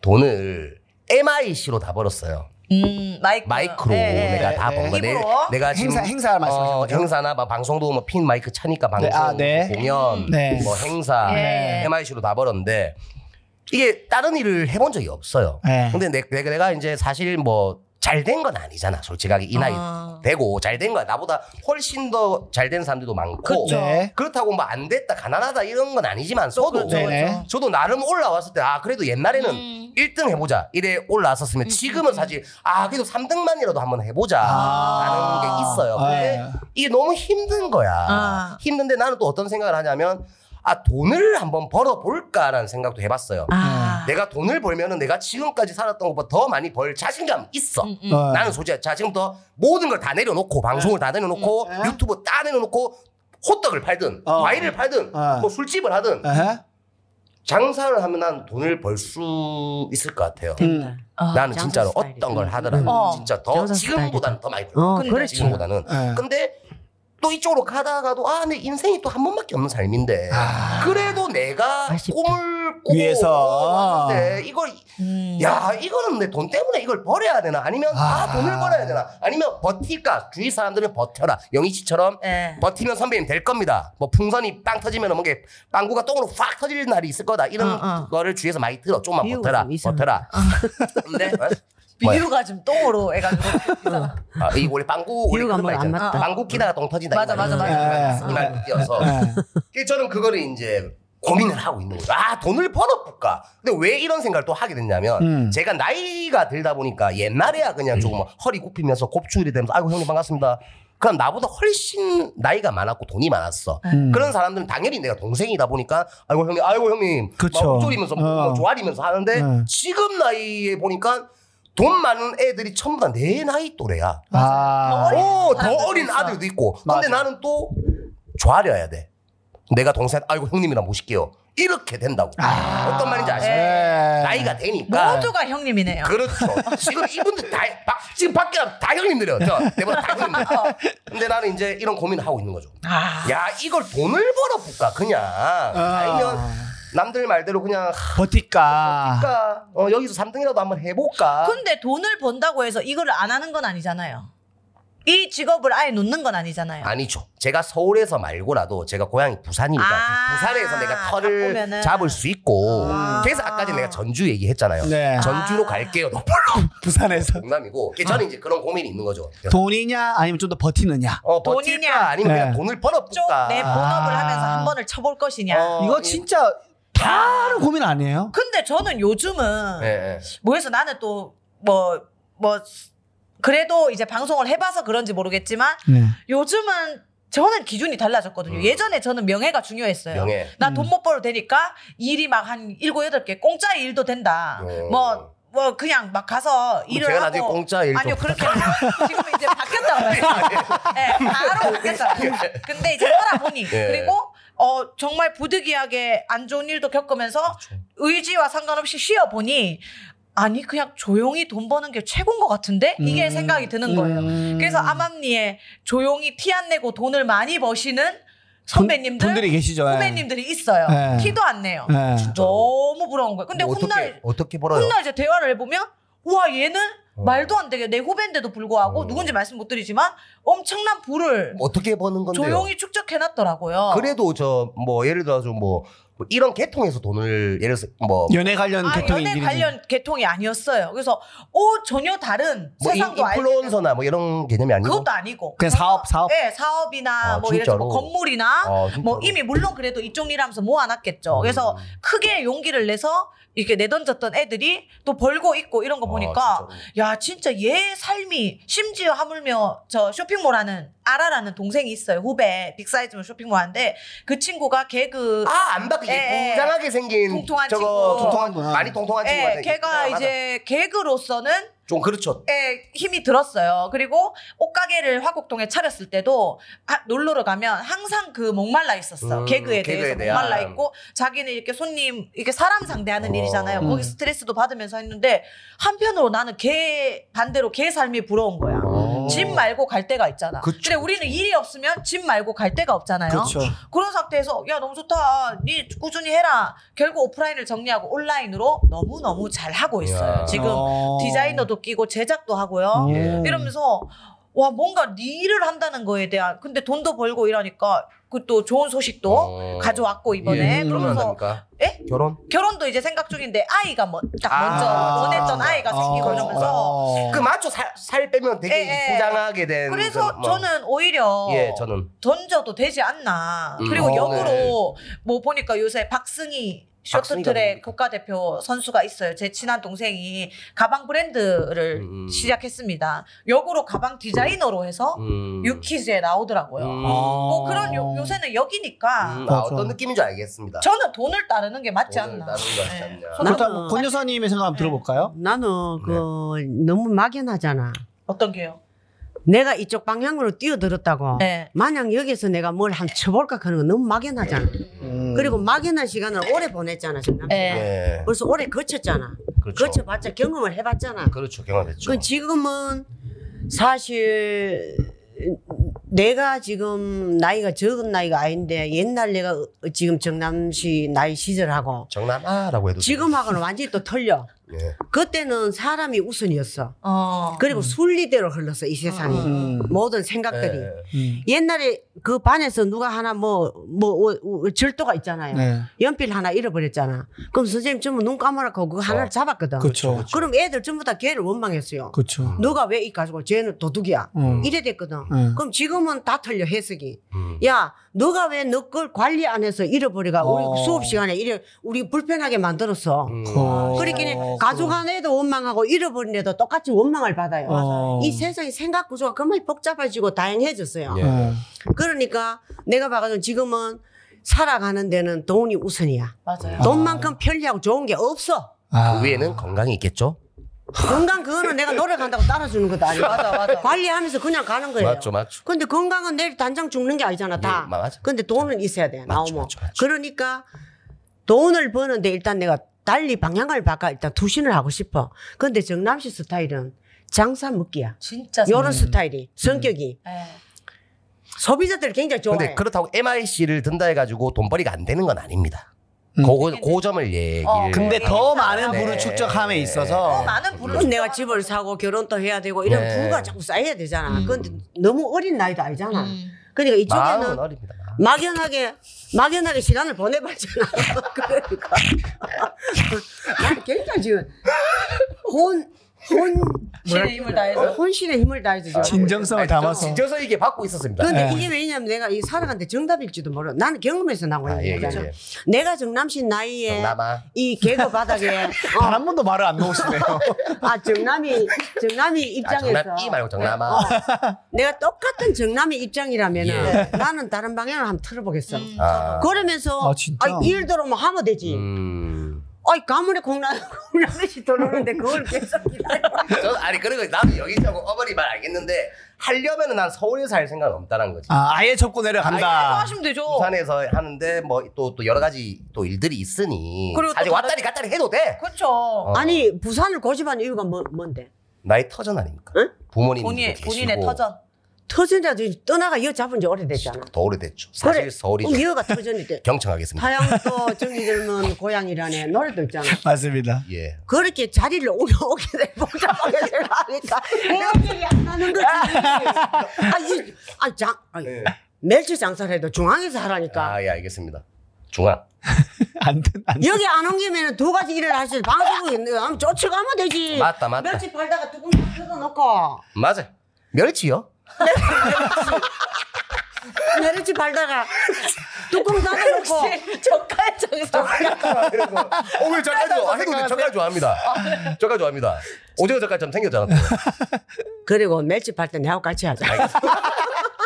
돈을 MIC로 다 벌었어요.
음 마이크
마이크로
예, 예.
내가 다
예,
번 거.
예.
내,
입으로?
내가 지금
행사 행사 말씀하시는
어,
거죠?
행사나 막 방송도 뭐 핀 마이크 차니까 방송,
네, 아, 네.
공연,
네.
뭐 행사,
예, 예.
MIC로 다 벌었는데 이게 다른 일을 해본 적이 없어요.
네.
근데 내, 내- 내가 이제 사실 뭐 잘 된 건 아니잖아. 솔직하게 이 나이
아.
되고 잘 된 거야. 나보다 훨씬 더 잘 된 사람들도 많고
그쵸. 네.
그렇다고 뭐 안 됐다 가난하다 이런 건 아니지만 써도
그렇죠, 네네. 그렇죠.
저도 나름 올라왔을 때 아 그래도 옛날에는
음.
음.
1등 해보자 이래 올라왔었으면 지금은 사실 아 그래도 3등만이라도 한번 해보자
아.
라는 게 있어요. 근데
네.
이게 너무 힘든 거야.
아.
힘든데 나는 또 어떤 생각을 하냐면 아 돈을 한번 벌어볼까라는 생각도 해봤어요.
아
내가 돈을 벌면은 내가 지금까지 살았던 것보다 더 많이 벌 자신감 있어.
음, 음.
어.
나는 솔직히 자 지금부터 모든 걸 다 내려놓고 방송을 다 내려놓고
네.
유튜브 다 내려놓고 호떡을 팔든
어.
과일을 팔든
어.
뭐 술집을 하든
에헤.
장사를 하면 난 돈을 벌 수 있을 것 같아요.
음.
아,
나는
장사
진짜로
스타일이다.
어떤 걸 하더라도
어.
진짜 더
장사
지금보다는 더 많이 벌.
어,
근데
그렇지.
지금보다는.
네.
근데 또 이쪽으로 가다가도 아 내 인생이 또 한 번밖에 없는 삶인데
아.
그래도 내가
아쉽다.
꿈을 꾸고
위해서.
왔는데 이걸
음.
야 이거는 내 돈 때문에 이걸 버려야 되나 아니면 아,
아.
돈을 벌어야 되나 아니면 버틸까 주위 사람들은 버텨라 영희 씨처럼
예.
버티면 선배님 될 겁니다 뭐 풍선이 빵 터지면 뭔가 빵구가 똥으로 확 터질 날이 있을 거다 이런
어, 어.
거를 주위에서 많이 들어 좀만
비유가
버텨라
좀 이상해.
버텨라 근데 어? 뭐야?
비유가 좀 똥으로 해가지고
아, 이 원래 빵구 원래
비유가
그런 말
뭐안
있잖아.
맞다.
빵구 끼다가 똥 터진다
맞아,
이 말이
맞아,
맞아.
이 말이 뛰어서
네.
그래서 저는 그거를 이제 고민을 하고 있는 거죠. 아 돈을 벌어볼까? 근데 왜 이런 생각을 또 하게 됐냐면
음.
제가 나이가 들다 보니까 옛날에야 그냥 조금 뭐 허리 굽히면서 곱추리 되면서 아이고 형님 반갑습니다. 그럼 나보다 훨씬 나이가 많았고 돈이 많았어.
음.
그런 사람들은 당연히 내가 동생이다 보니까 아이고 형님, 아이고 형님,
그쵸.
막 쪼리면서 뭐
어.
조아리면서 하는데
네.
지금 나이에 보니까 돈 많은 애들이 전부 다 내 나이 또래야.
아,
어린
오, 더
사람들도
어린
있어.
아들도 있고.
맞아.
근데 나는 또 좌려야 돼. 내가 동생, 아이고 형님이랑 모실게요. 이렇게 된다고. 어떤 말인지 아시죠?
네.
나이가 되니까.
모두가 형님이네요.
그렇죠. 지금 이분들 다, 바- 지금 밖에 다 형님들이야. 저, 내보다 다 형님들.
어.
근데 나는 이제 이런 고민을 하고 있는 거죠.
아,
야, 이걸 돈을 벌어볼까, 그냥.
어.
아니면 남들 말대로 그냥, 하,
버틸까.
그러니까, 어, 여기서 3등이라도 한번 해볼까.
근데 돈을 번다고 해서 이걸 안 하는 건 아니잖아요. 이 직업을 아예 놓는 건 아니잖아요.
아니죠. 제가 서울에서 말고라도 제가 고향이 부산이니까
아,
부산에서 내가 털을
바꾸면은.
잡을 수 있고
아.
그래서 아까 전에 내가 전주 얘기했잖아요.
네.
전주로
아.
갈게요. 너무
부산에서
농담이고 저는 이제 그런 고민이 있는 거죠.
돈이냐 아니면 좀 더 버티느냐.
어, 버틸까
돈이냐?
아니면 그냥
네.
돈을
쪽
벌어볼까.
내 본업을
아.
하면서 한 번을 쳐볼 것이냐.
그러니까. 어,
이거
이-
진짜 다른 고민 아니에요?
근데 저는 요즘은
예, 예.
뭐해서 나는 또 뭐 뭐 그래도 이제 방송을 해봐서 그런지 모르겠지만
네.
요즘은 저는 기준이 달라졌거든요.
음.
예전에 저는 명예가 중요했어요.
명예.
나 돈 못 벌어 되니까 일이 막 한 일곱 여덟 개 공짜 일도 된다.
어.
뭐 뭐 그냥 막 가서 일을 하고
제가 나중에 공짜 일 좀. 아,
아니요 그렇게 안 해요. 지금 이제 바뀌었다고 요 네, 바로 바뀌었다고. 근데 이제 살아보니
예.
그리고 어 정말 부득이하게 안 좋은 일도 겪으면서 의지와 상관없이 쉬어 보니 아니 그냥 조용히 돈 버는 게 최고인 것 같은데 이게
음.
생각이 드는 거예요.
음.
그래서 암암리에 조용히 티 안 내고 돈을 많이 버시는 선배님들,
분들이 계시죠. 예.
후배님들이 있어요.
네.
티도 안 내요.
예.
너무 부러운 거예요. 근데
뭐
훗날
어떻게 어떻게 벌어요?
훗날 이제 대화를 해보면 와 얘는
어.
말도 안 되게 내 후배인데도 불구하고
어.
누군지 말씀 못 드리지만 엄청난 부를
어떻게 버는 건데요?
조용히 축적해놨더라고요.
그래도 저 뭐 예를 들어서 뭐, 뭐 이런 계통에서 돈을 예를 들어서 뭐
연애 관련
아,
개통이
연애
일이-
관련 개통이 아니었어요. 그래서 오 전혀 다른
뭐 인-
세상도 알고
인플루언서나 뭐 이런 개념이 아니고
그것도 아니고
그냥 사업, 사업.
예 사업이나
아,
뭐 이런
진짜로?
뭐 건물이나
아, 진짜로?
뭐 이미 물론 그래도 이쪽 일하면서 모아놨겠죠. 그래서
음.
크게 용기를 내서 이렇게 내던졌던 애들이 또 벌고 있고 이런 거
아,
보니까
진짜로.
야 진짜 얘 삶이 심지어 하물며 저 쇼핑몰 하는 아라라는 동생이 있어요 후배 빅사이즈 쇼핑몰 하는데 그 친구가 개그
아, 안 바뀌게
예, 예.
웅장하게 생긴
통통한
저거
친구.
통통한구나.
많이 통통한 친구
예,
같아.
걔가 이제 개그로서는
좀 그렇죠.
예, 힘이 들었어요. 그리고 옷가게를 화곡동에 차렸을 때도 아, 놀러를 가면 항상 그 목말라 있었어.
음,
개그에,
개그에
대해서
대한.
목말라 있고 자기는 이렇게 손님, 이렇게 사람 상대하는
어.
일이잖아요.
음.
거기 스트레스도 받으면서 했는데 한편으로 나는 걔 반대로 걔 삶이 부러운 거야.
어.
집 말고 갈 데가 있잖아.
그쵸,
근데 우리는 일이 없으면 집 말고 갈 데가 없잖아요.
그렇죠.
그런 상태에서 야 너무 좋다. 네 꾸준히 해라. 결국 오프라인을 정리하고 온라인으로 너무 너무 잘 하고 있어요.
야.
지금
어.
디자이너도 끼고 제작도 하고요.
예.
이러면서 와 뭔가 네 일을 한다는 거에 대한 근데 돈도 벌고 이러니까 그 또 좋은 소식도
어.
가져왔고 이번에
예,
결혼 안
그러면서
합니까?
예?
결혼?
결혼도 이제 생각 중인데 아이가 뭐 딱
아.
먼저 원했던 아이가 생기고
아.
이러면서
그 맞죠. 살, 살 빼면 되게
예, 예.
부장하게 된
그래서
그런 뭐.
저는 오히려
예, 저는
던져도 되지 않나
음.
그리고
어,
역으로 뭐 보니까 요새 박승희
박승희가 뭐
쇼트트랙
뭡니까?
국가대표 선수가 있어요. 제 친한 동생이 가방 브랜드를
음.
시작했습니다. 역으로 가방 디자이너로 해서
음.
어, 유키즈에 나오더라고요.
음.
뭐 그런 요, 요새는 역이니까
음, 아,
맞아.
어떤 느낌인지 알겠습니다.
저는 돈을 따르는 게 맞지
돈을
않나.
따르는 거 같지
예.
않냐.
손-
그렇다면 권 여사님의 생각 한번
네.
들어볼까요?
나는 그 너무 막연하잖아.
어떤 게요?
내가 이쪽 방향으로 뛰어들었다고.
네.
만약 여기서 내가 뭘 한 쳐볼까 하는 건 너무 막연하잖아. 그리고 막연한 시간을 오래 보냈잖아. 지금 남편이.
네.
예.
벌써 오래 거쳤잖아.
그렇죠.
거쳐봤자 경험을 해봤잖아.
그렇죠. 경험했죠.
그 지금은 사실 내가 지금 나이가 적은 나이가 아닌데 옛날 내가 지금 정남시 나이 시절하고
정남아라고
네.
해도
지금하고는 완전히 또 틀려.
돼요. 예.
그때는 사람이 우선이었어.
어.
그리고 순리대로 흘렀어 이 세상이
음.
모든 생각들이.
예.
네.
음.
옛날에 그 반에서 누가 하나 뭐 뭐 절도가 있잖아요.
네.
연필 하나 잃어버렸잖아. 그럼 선생님 전부 눈 감아라고 그거 하나를
어.
잡았거든.
그렇죠.
그럼 애들 전부 다 걔를 원망했어요.
그렇죠.
너가 왜 이 가지고 쟤는 도둑이야.
음.
이래 됐거든.
음.
그럼 지금은 다 틀려 해석이.
음.
예.
야, 너가 왜 너 걸 관리 안 해서 잃어버리가
어.
우리 수업 시간에 이래 우리 불편하게 만들었어.
음.
어.
그렇긴 해. 그러니까 가족한 애도 원망하고 잃어버린 애도 똑같이 원망을 받아요.
어.
이 세상의 생각 구조가 그만 복잡해지고 다양해졌어요.
예.
예.
그러니까 내가 봐가지고 지금은 살아가는 데는 돈이 우선이야.
맞아요.
아.
돈만큼 편리하고 좋은 게 없어.
아.
그 위에는 건강이 있겠죠?
건강 그거는 내가 노력한다고 따라주는 것도 아니고
맞아 맞아.
관리하면서 그냥 가는 거예요.
맞죠, 맞죠.
근데 건강은 내일 단장 죽는 게 아니잖아 다.
예, 맞아.
근데 돈은 있어야 돼
맞죠,
나오면.
맞죠, 맞죠.
그러니까 돈을 버는데 일단 내가 달리 방향을 바꿔 일단 투신을 하고 싶어. 근데 정남씨 스타일은 장사 먹기야.
진짜.
요런
음.
스타일이 성격이
예.
소비자들 굉장히 좋아해.
근데 그렇다고 MIC를 든다 해가지고 돈벌이가 안 되는 건 아닙니다.
음.
고, 고 점을 얘기를.
어.
근데 더 많은
네.
부를 축적함에
더
있어서
많은 부를
그럼 내가 집을 사고 결혼도 해야 되고 이런
네.
부가 자꾸 쌓여야 되잖아.
음.
근데 너무 어린 나이도 아니잖아.
음.
그러니까
마음은
이쪽에는
어립니다. 마음.
막연하게 막연하게 시간을 보내봤잖아. 그러니까 난 굉장히 지금 혼혼
신의 힘을
어?
다해서.
혼신의 힘을 그 다해서 지금.
진정성을
아니, 저는
담아서
진정성 있게 받고 있었습니다.
근데
네.
이게 왜냐면 내가 이 살아가는데 정답일지도 모르. 나는 경험에서 나고
아, 예,
있는
예,
거잖아.
예.
내가 정남신 나이에
정남아.
이 개그 바닥에 어,
단 한 번도 말을 안 놓으시네요.
어.
아 정남이 정남이
아,
입장에서
정남 이 말고 정남아.
내가 똑같은 정남이 입장이라면
예.
나는 다른 방향을 한번 틀어보겠어.
음.
아.
그러면서
아, 진짜?
아, 일 들어오면 하면 되지.
음.
아이 가문에 공란 공란듯이 들어오는데 그걸 계속 기다려.
저는 아니 그리고 나도 여기 있다고 어머니 말 알겠는데 하려면은 난 서울에서 할 생각은 없다는 거지.
아, 아예 접고
또
내려간다.
하시면 되죠.
부산에서 하는데 뭐 또 또 여러 가지 또 일들이 있으니
그리고 또 다른-
사실 왔다리 갔다리 해도 돼.
그렇죠.
어.
아니 부산을 고집한 이유가 뭐, 뭔데?
나의 터전 아닙니까?
응?
부모님
본인 본인의 터전.
터전이라도 떠나가 이어 잡은 지 오래됐잖아.
더 오래됐죠. 사실
그래.
서울이죠.
그럼 이어가 터전이 돼.
경청하겠습니다.
파양도 정이 들면 고향이라네 노래도 있잖아.
맞습니다.
예.
그렇게 자리를 옮겨오게 돼 복잡하게 되니까 해결이 안 나는 거지. 아, 아이 아장
네.
멸치 장사를 해도 중앙에서 하라니까.
아, 예, 알겠습니다. 중앙.
안 된, 안
여기 안 옮기면 두 가지 일을 하실 방송국에 있는 거 쫓아가면 되지.
맞다, 맞다.
멸치 팔다가 뚜껑 다 뜯어놓고
맞아. 멸치요?
멸치 팔다가 뚜껑 닫아놓고
네. 저가의 장사.
네. 그래서 어, 왜 젓갈 좋아? 해도 젓갈
네.
좋아합니다. 젓갈 좋아합니다. 오징어 젓갈처럼 생겼잖아. 또.
그리고 멸치 팔 때 내하고 같이 하자.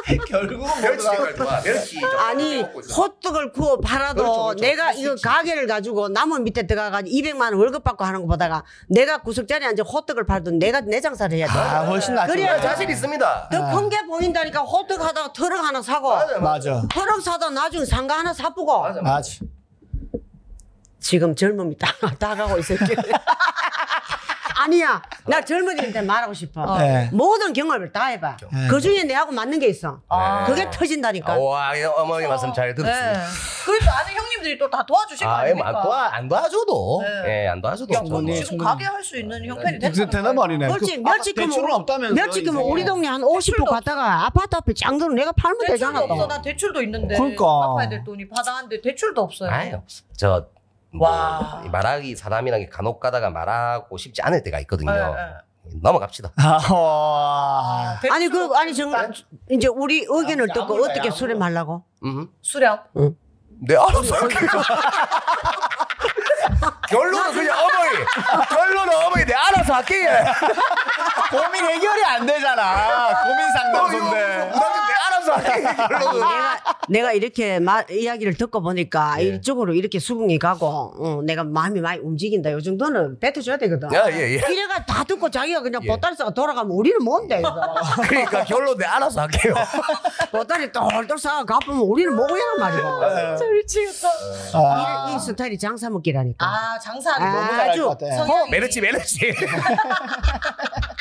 돼. 결국은
멸치
모두가
젓갈 좋아. 멸치 젓갈
아니
먹고 있어.
호떡을 구워 팔아도
그렇죠, 그렇죠.
내가 이거 가게를 가지고 나무 밑에 들어가가지고 200만 원 월급 받고 하는 것보다가 내가 구석자리에 앉아 호떡을 팔도 내가 내 장사를 해야 돼.
아, 훨씬 낫죠.
그래야
아, 자신 있습니다.
더 큰 게 보인다니까 호떡 하다가 트럭 하나 사고
맞아,
맞아.
트럭 사다 나중에 상가 하나 사보고
맞아.
맞아.
지금 젊음이 다, 다가고 있어요. 아니야. 나 젊은이한테 말하고 싶어.
예.
모든 경험을 다 해봐.
예.
그 중에 내하고 맞는 게 있어.
아. 예.
그게 터진다니까. 네.
와, 예, 어머니 말씀 잘 들었습니다.
그래서 아는 형님들이 또 다 도와주실 거
아, 예,
아닙니까?
안 도와 안 도와줘도
네.
예, 안 도와줘도
야,
저는
그럼
충분히,
지금
충분히.
가게 할 수 있는 형편이
무슨
됐다는
대나무아니네.
그렇지. 뭐, 멸치금은
대출은 없다면서.
며칠이면 우리 동네 한 50호 갔다가 아파트 앞에 짱들은 내가 팔면
대출도
되잖아.
없어. 난 대출도 있는데.
그러니까.
갚아야 될 돈이 바다한데 대출도 없어요.
아유, 저
와.
와. 말하기 사람이란 게 간혹 가다가 말하고 싶지 않을 때가 있거든요.
네,
예, 예.
넘어갑시다.
아, 와.
대출도
아니 그 아니 정말 이제 우리 의견을
야,
듣고
야물어,
어떻게
야물어.
수렴하려고?
음.
수령.
네, 알았어요. 그러니까. 결론은 그냥 어머니. 결론은 어머니, 내 알아서 할게.
고민 해결이 안 되잖아. 고민 상담소인데.
내 네, 알아서 할게.
아니,
결론은.
내가 내가 이렇게 마- 이야기를 듣고 보니까
예.
이쪽으로 이렇게 수긍이 가고 어, 내가 마음이 많이 움직인다. 요 정도는 뱉어줘야 되거든.
야, 예, 예.
이래가 다 듣고 자기가 그냥
예.
보따리싸가 돌아가면 우리는 뭔데 이거.
그러니까 결론 내 알아서 할게요.
보따리 똘똘 싸가 갚으면 우리는 뭐야 말이야.
진짜 아, 미치겠다.
아,
이, 이 스타일이 장사 먹기라니까.
아, 장사하는
아,
너무
잘할
아주
것 같아. 네.
성향이-
메르치, 메르치.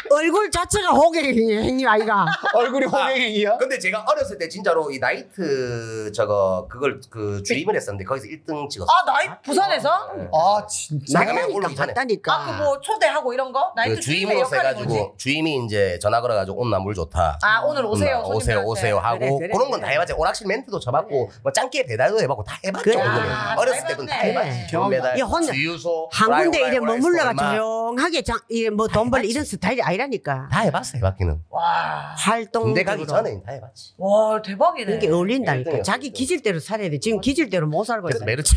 얼굴 자체가 호객이 형님 아이가.
얼굴이 호갱이야?
근데 제가 어렸을 때 진짜로 이 나이트 저거 그걸 그 주임을 했었는데 거기서 1등 찍었어.
아, 나이
어.
부산에서?
아, 진짜.
내가 맨 올라오기
맞다니까
전에.
맞다니까.
아, 그 뭐 초대하고 이런 거? 나이트
그
주임의
주임으로서
역할인 거지.
해가지고 주임이 이제 전화 걸어가지고 온나 물 좋다.
아, 오늘 오세요.
온나 음, 오세요
손님들한테. 네,
오세요 하고
그래, 그래,
그런 건 다
그래.
해봤지. 오락실 멘트도 쳐봤고 뭐 짱깨 배달도 해봤고 다 해봤죠.
그래.
그거는.
아,
어렸을
잘
때는 다
봤네.
해봤지.
경험
배달,
야, 혼자
주유소
한
라이브,
군데 이래
뭐
라이브, 라이브
머물러가
얼마.
조용하게 장, 뭐 이래 뭐돈 벌 이런 스타일이 아니라 아니라니까.
다 해봤어요 바퀴는.
와,
활동.
군대 가기
그러니까.
전에 다 해봤지.
와 대박이네.
음-
이게 어울린다니까.
일등이었어,
자기
일등.
기질대로 살아야 돼. 지금 기질대로 못 살고
네. 그래서
있어.
메르츠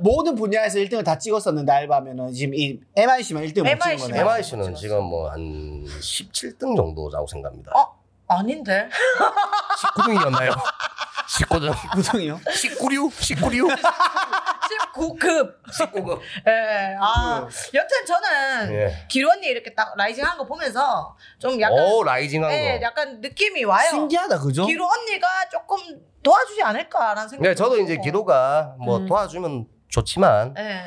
모든 분야에서 1등을 다 찍었었는데 알바면은 지금 이 MIC만 1등 못 찍은
MIC 만.
거네요.
m i c 는 지금 뭐 한 17등 정도라고 생각합니다.
어? 아닌데.
19등이었나요? 19등.
무등이요?
19류? 19류?
19급.
19급.
예.
음.
아, 여튼 저는
예.
기론이 이렇게 딱 라이징한 거 보면서 좀 약간
오 라이징한
예,
거.
약간 느낌이 와요.
신기하다 그죠?
기로 언니가 조금 도와주지 않을까라는 생각이
어? 네, 저도 이제
들고.
기로가 뭐
음.
도와주면 좋지만
예.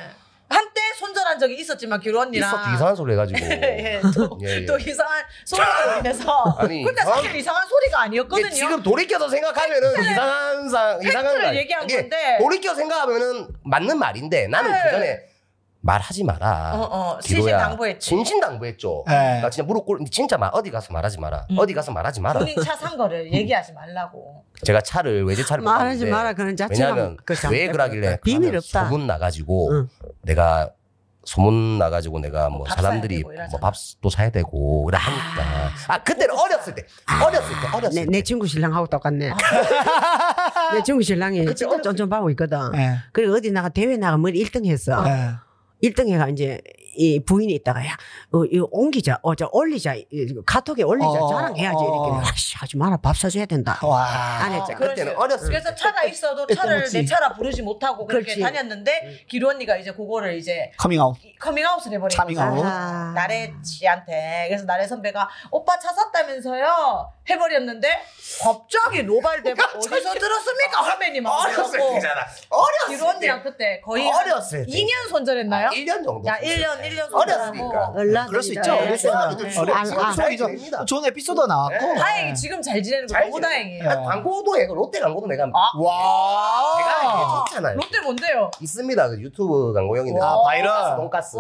한때 손절한 적이 있었지만 기로 언니랑
있어도 이상한 소리 해가지고.
예, 또,
예, 예.
또 이상한 소리로 인해서
아니,
그러니까
이상한-
사실 이상한 소리가 아니었거든요.
근데 지금 돌이켜서 생각하면은 이상한 상 이상한
팩트를
거 아니-
얘기한
이게
건데.
돌이켜 생각하면은 맞는 말인데 나는
네.
그 전에 말하지 마라.
어, 어,
기로야.
신신당부했지.
진신당부했죠.
네.
나 진짜 무릎 꿇 진짜 말 어디 가서 말하지 마라.
음.
어디 가서 말하지 마라.
본인 차 산 거를
음.
얘기하지 말라고.
제가 차를 외제차를
말하지
못 탔는데
마라 그런 그렇죠. 자체가
왜냐면 왜 그러길래
비밀
가면
없다.
소문 나가지고
응.
내가 소문 나가지고 내가 뭐
밥 사야
사람들이
되고 이러잖아.
뭐 밥도 사야 되고 이래 하니까 아 그때는 어렸을 때 어렸을 때 어렸을
네,
내,
때
내 친구 신랑하고 똑같네.
아.
내 친구 신랑이 진짜 쫀쫀하고 있거든.
네.
예.
그리고 어디 나가 대회 나가 뭐 1등 했어.
예.
1등 해가 이제 이 부인이 있다가 야, 어, 이거 옮기자. 어, 저 올리자. 이- 카톡에 올리자.
어,
자랑해야지.
어.
이렇게. 아씨, 하지 마라. 밥 사줘야 된다.
어,
와.
안 했죠.
그럴
그때는
수-
어렸을
그래서
때.
차가 있어도
그때
차를
뭐지?
내 차라 부르지 못하고 그렇게
그렇지.
다녔는데 기로 언니가 이제 그거를 이제
커밍아웃.
커밍아웃을 해버린
차밍아웃.
거죠.
아하.
나래 씨한테 그래서 나래 선배가 오빠 차 샀다면서요 해버렸는데 갑자기 노발대 어디서 들었습니까 할머니 막
어렸을
그러고.
때잖아. 어렸을
기로 언니랑 그때 거의
어렸을 때. 아,
2년 손절했나요?
1년 정도.
야 1년 1년
어렸으니까.
손절하고
얼라
그럴 수 있죠.
네.
어릴 수 있는
네.
어릴
아,
수
아.
있는 추억이죠.
네.
좋은 에피소드 나왔고.
다행히 지금 잘 지내는 거
잘
너무
지내. 아, 네.
다행이에요.
예.
광고도 해. 롯데 광고도 내가
와.
제가 좋잖아요.
롯데 뭔데요?
있습니다. 그 유튜브 광고형인데.
와. 아,
바이럴.
돈가스.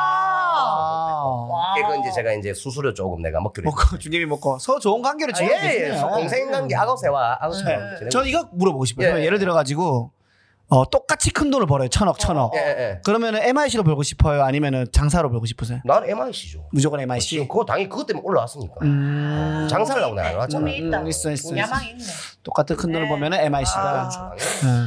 와.
아.
와.
그거 이제 제가 이제 수수료 조금 내가 먹기로 아,
먹고 중님이 먹고 서 좋은 관계를 지내고
예예
계시네요.
동생 관계 악어새와 악어새와
네.
저 이거 물어보고 싶어요.
예.
예. 를 들어가지고 어, 똑같이 큰 돈을 벌어요. 천억, 천억.
예예
그러면은 MIC로 벌고 싶어요? 아니면은 장사로 벌고 싶으세요?
난 MIC죠
무조건
지금
MIC.
그거 당연히 그것 때문에 올라왔으니까
음.
장사를 하고
꿈이
나왔잖아
있네. 꿈이 있다.
음, 있어, 있어, 있어.
야망이 있네.
똑같은 큰 돈을
네.
보면은 MIC가.
아.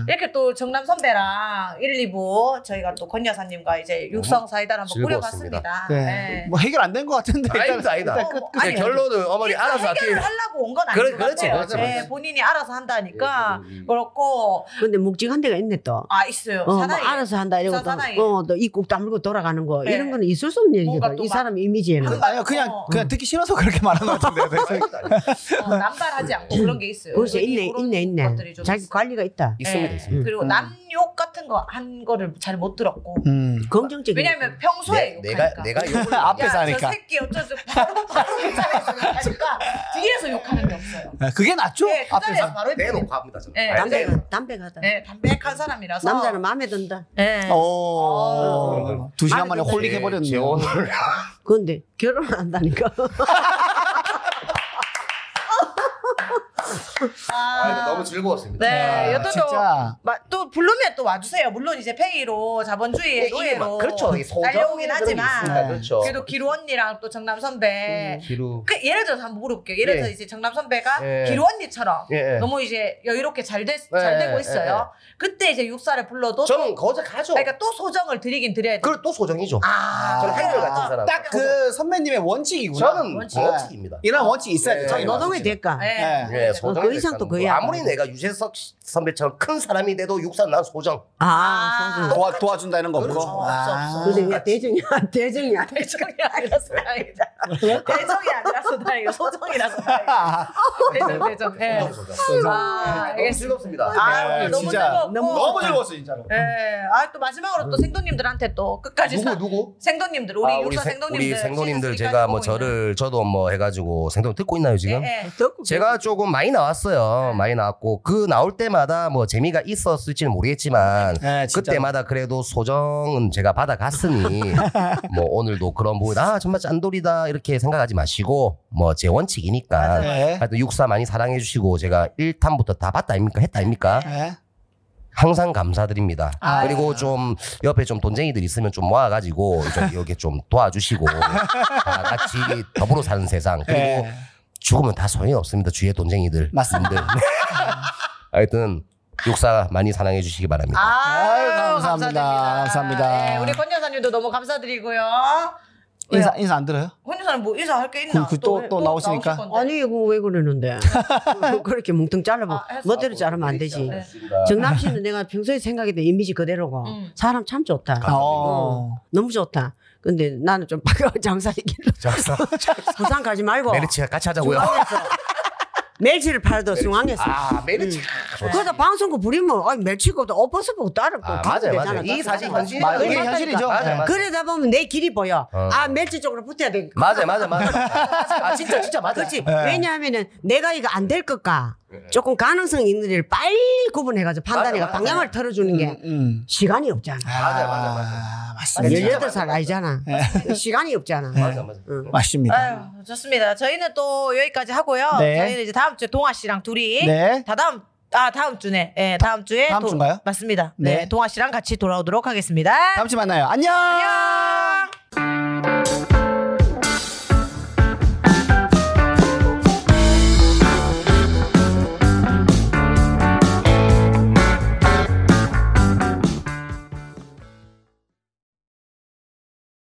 이렇게 또 정남 선배랑 1, 2부 저희가 또 권 여사님과 이제 육성 사이다를 한번
음. 즐거웠습니다.
꾸려봤습니다.
네. 뭐 해결 안 된 것 같은데.
아니다 아니다
일단 끝, 끝.
근데 결론은 어머니
어, 일단
알아서 할게
해결을 하려고 온 건 아닌
그렇-
것
그렇지,
같아요.
그렇지,
네,
그렇지.
본인이 알아서 한다니까
예, 예, 예.
그렇고
근데 묵직한 데가 있네 또.
아 있어요.
어, 뭐
사나이
알아서 한다 이러고 또,
사나이.
어, 또 입국 다물고 돌아가는 거
네.
이런 거는 있을 수 없는
뭔가
얘기거든.
또
이
막-
사람 이미지에는.
그, 아니요, 그냥,
어.
그냥 듣기 싫어서 그렇게 말한 것 같은데. 그래서
아니다, 아니다.
어, 남발하지 않고 그런 게 있어요.
음. 그래서
여기
있네,
그런
있네, 있네.
것들이 좀
자기
있어요.
관리가 있다.
있습니다
예.
있습니다
그리고
음.
남욕 같은 거 한 거를 잘 못 들었고
음.
긍정적인.
왜냐면
내-
평소에
내가
욕하니까.
내가 욕을
앞에-
앞에
앞에서
야,
하니까.
저 새끼 어쩌죠 바로 바로 괜찮아서 욕하니까 뒤에서 욕하는 게 없어요.
아, 그게 낫죠?
예, 그 자리에서
앞에서.
바로 해버려요.
내놓고 네. 합니다 저는
예,
알죠?
남자는-
담배가 담배가다.
네, 담백한 사람이라서
남자는 마음에 어. 든다.
네.
오. 어. 두 시간 만에
아니,
홀릭 해버렸네.
제 오늘
그런데 결혼 을 한다니까.
아,
너무 즐거웠습니다
아,
네, 여튼 또,
진짜.
마, 또 부르면 또 와주세요. 물론 이제 페이로 자본주의
이게
노예로
막- 그렇죠 이게 소정의
달려오긴
그런 게
하지만
있으니까, 그렇죠 음,
그래도 기루 언니랑 또 정남 선배
기루
그, 예를 들어서 한번 물어볼게요. 예를
예.
들어서 이제 정남 선배가
예.
기루 언니처럼
예, 예.
너무 이제 여유롭게 잘, 되,
예,
잘 되고
예,
있어요. 그때 이제 육사를 불러도
저는 거저 가죠
그러니까 또 소정을 드리긴 드려야 돼요.
그걸 또 소정이죠
아,
저는 한결 같은 사람
딱 그 선배님의 원칙이구나.
저는 뭐
원칙.
원칙입니다
네.
이런 원칙이 있어야 돼.
예,
자기
예.
너도
노동의 대가.
예.
예.
예,
어,
소정.
그 이상도 거의 안
아무리
하죠.
내가 유재석 씨- 선배처럼 큰 사람이 돼도 육산 난 소정.
아,
아.
소중.
도와, 도와준다는 거 없고.
그렇죠.
아.
근데 그냥 대중이 대중이 아니야.
대정이 네. 아니라서 다행이다. 대정이 아니라서 다행이다. 소정이라서 다행이다.
아,
대정, 대정. 예.
소정, 소정. 네,
아,
너무
알겠습니다.
즐겁습니다.
아,
네,
오늘 너무
진짜.
즐겁고.
너무 즐거웠어, 진짜로.
예. 아, 또 마지막으로 또 생도님들한테 또 끝까지
음. 누구
사-
누구?
생도님들 우리
아,
육사
생-
생도님들
우리 생도님들
시즌3까지
제가
보고
뭐
있는.
저를 저도 뭐 해가지고 생도님 듣고 있나요 지금?
예, 예.
네.
제가 조금 많이 나왔어요. 많이 나왔고 그 나올 때마다 뭐 재미가 있었을지는 모르겠지만
네, 진짜.
그때마다 그래도 소정은 제가 받아갔으니 뭐 오늘도 그런 부분 아 정말 짠돌이다 이렇게 생각하지 마시고 뭐 제 원칙이니까
네.
하여튼 육사 많이 사랑해 주시고 제가 1탄부터 다 봤다 아닙니까? 했다 아닙니까?
네.
항상 감사드립니다.
아.
그리고 좀 옆에 좀 돈쟁이들 있으면 좀 모아가지고 좀 여기 좀 도와주시고 다 같이 더불어 사는 세상 그리고
예.
죽으면 다 소용이 없습니다. 주위에 돈쟁이들
맞습니다.
분들. 하여튼 육사 많이 사랑해 주시기 바랍니다.
아유, 감사합니다. 감사합니다.
네, 우리 권 여사님도 너무 감사드리고요.
인사 인사 안 들어요?
권 여사님 뭐 인사할 게 있나?
그- 그또
왜-
또 나오시니까?
나오실 건데.
아니 이거 왜 그러는데 뭐 그렇게 뭉뚱 잘라봐
아, 했어.
멋대로 자르면 안 되지
네.
정남 씨는 내가 평소에 생각했던 이미지 그대로고
음.
사람 참 좋다
아,
아.
어.
너무 좋다 근데 나는 좀 장사이길로
자,
부산 가지 말고
메르치 같이 하자고요.
중앙에서 멸치를 팔아도 중앙에서
아 메르치.
그래서 방송국 부리면 아니 멸치고도 오버스고 따로
아,
가면
맞아요,
되잖아.
맞아요. 이 사실
따로
현실이죠.
가면
이게
되잖아.
현실이죠.
맞아요, 맞아요.
그러다 보면 내 길이 보여
어.
아 멸치 쪽으로 붙어야 돼
맞아 맞아 맞아. 아 진짜 진짜 맞아.
그렇지
네.
왜냐하면은 내가 이거 안 될 것과 조금 가능성 있는 일을 빨리 구분해가지고 판단해가
예. 맞아, 맞아.
방향을 털어주는 게
음.
시간이 없잖아
맞아요, 맞아요, 맞아요.
아, 맞습니다.
맞아요.
18살 아이잖아 시간이 없잖아
맞아 맞아.
맞습니다.
아유, 좋습니다. 저희는 또 여기까지 하고요.
네.
저희는 이제 다음 주에 동아 씨랑 둘이
네.
다 다음 아 다음 주네. 예, 다음 주에
다음
또-
주인가요?
맞습니다. 네.
네.
동아 씨랑 같이 돌아오도록 하겠습니다.
다음 주에 만나요. 안녕.
안녕.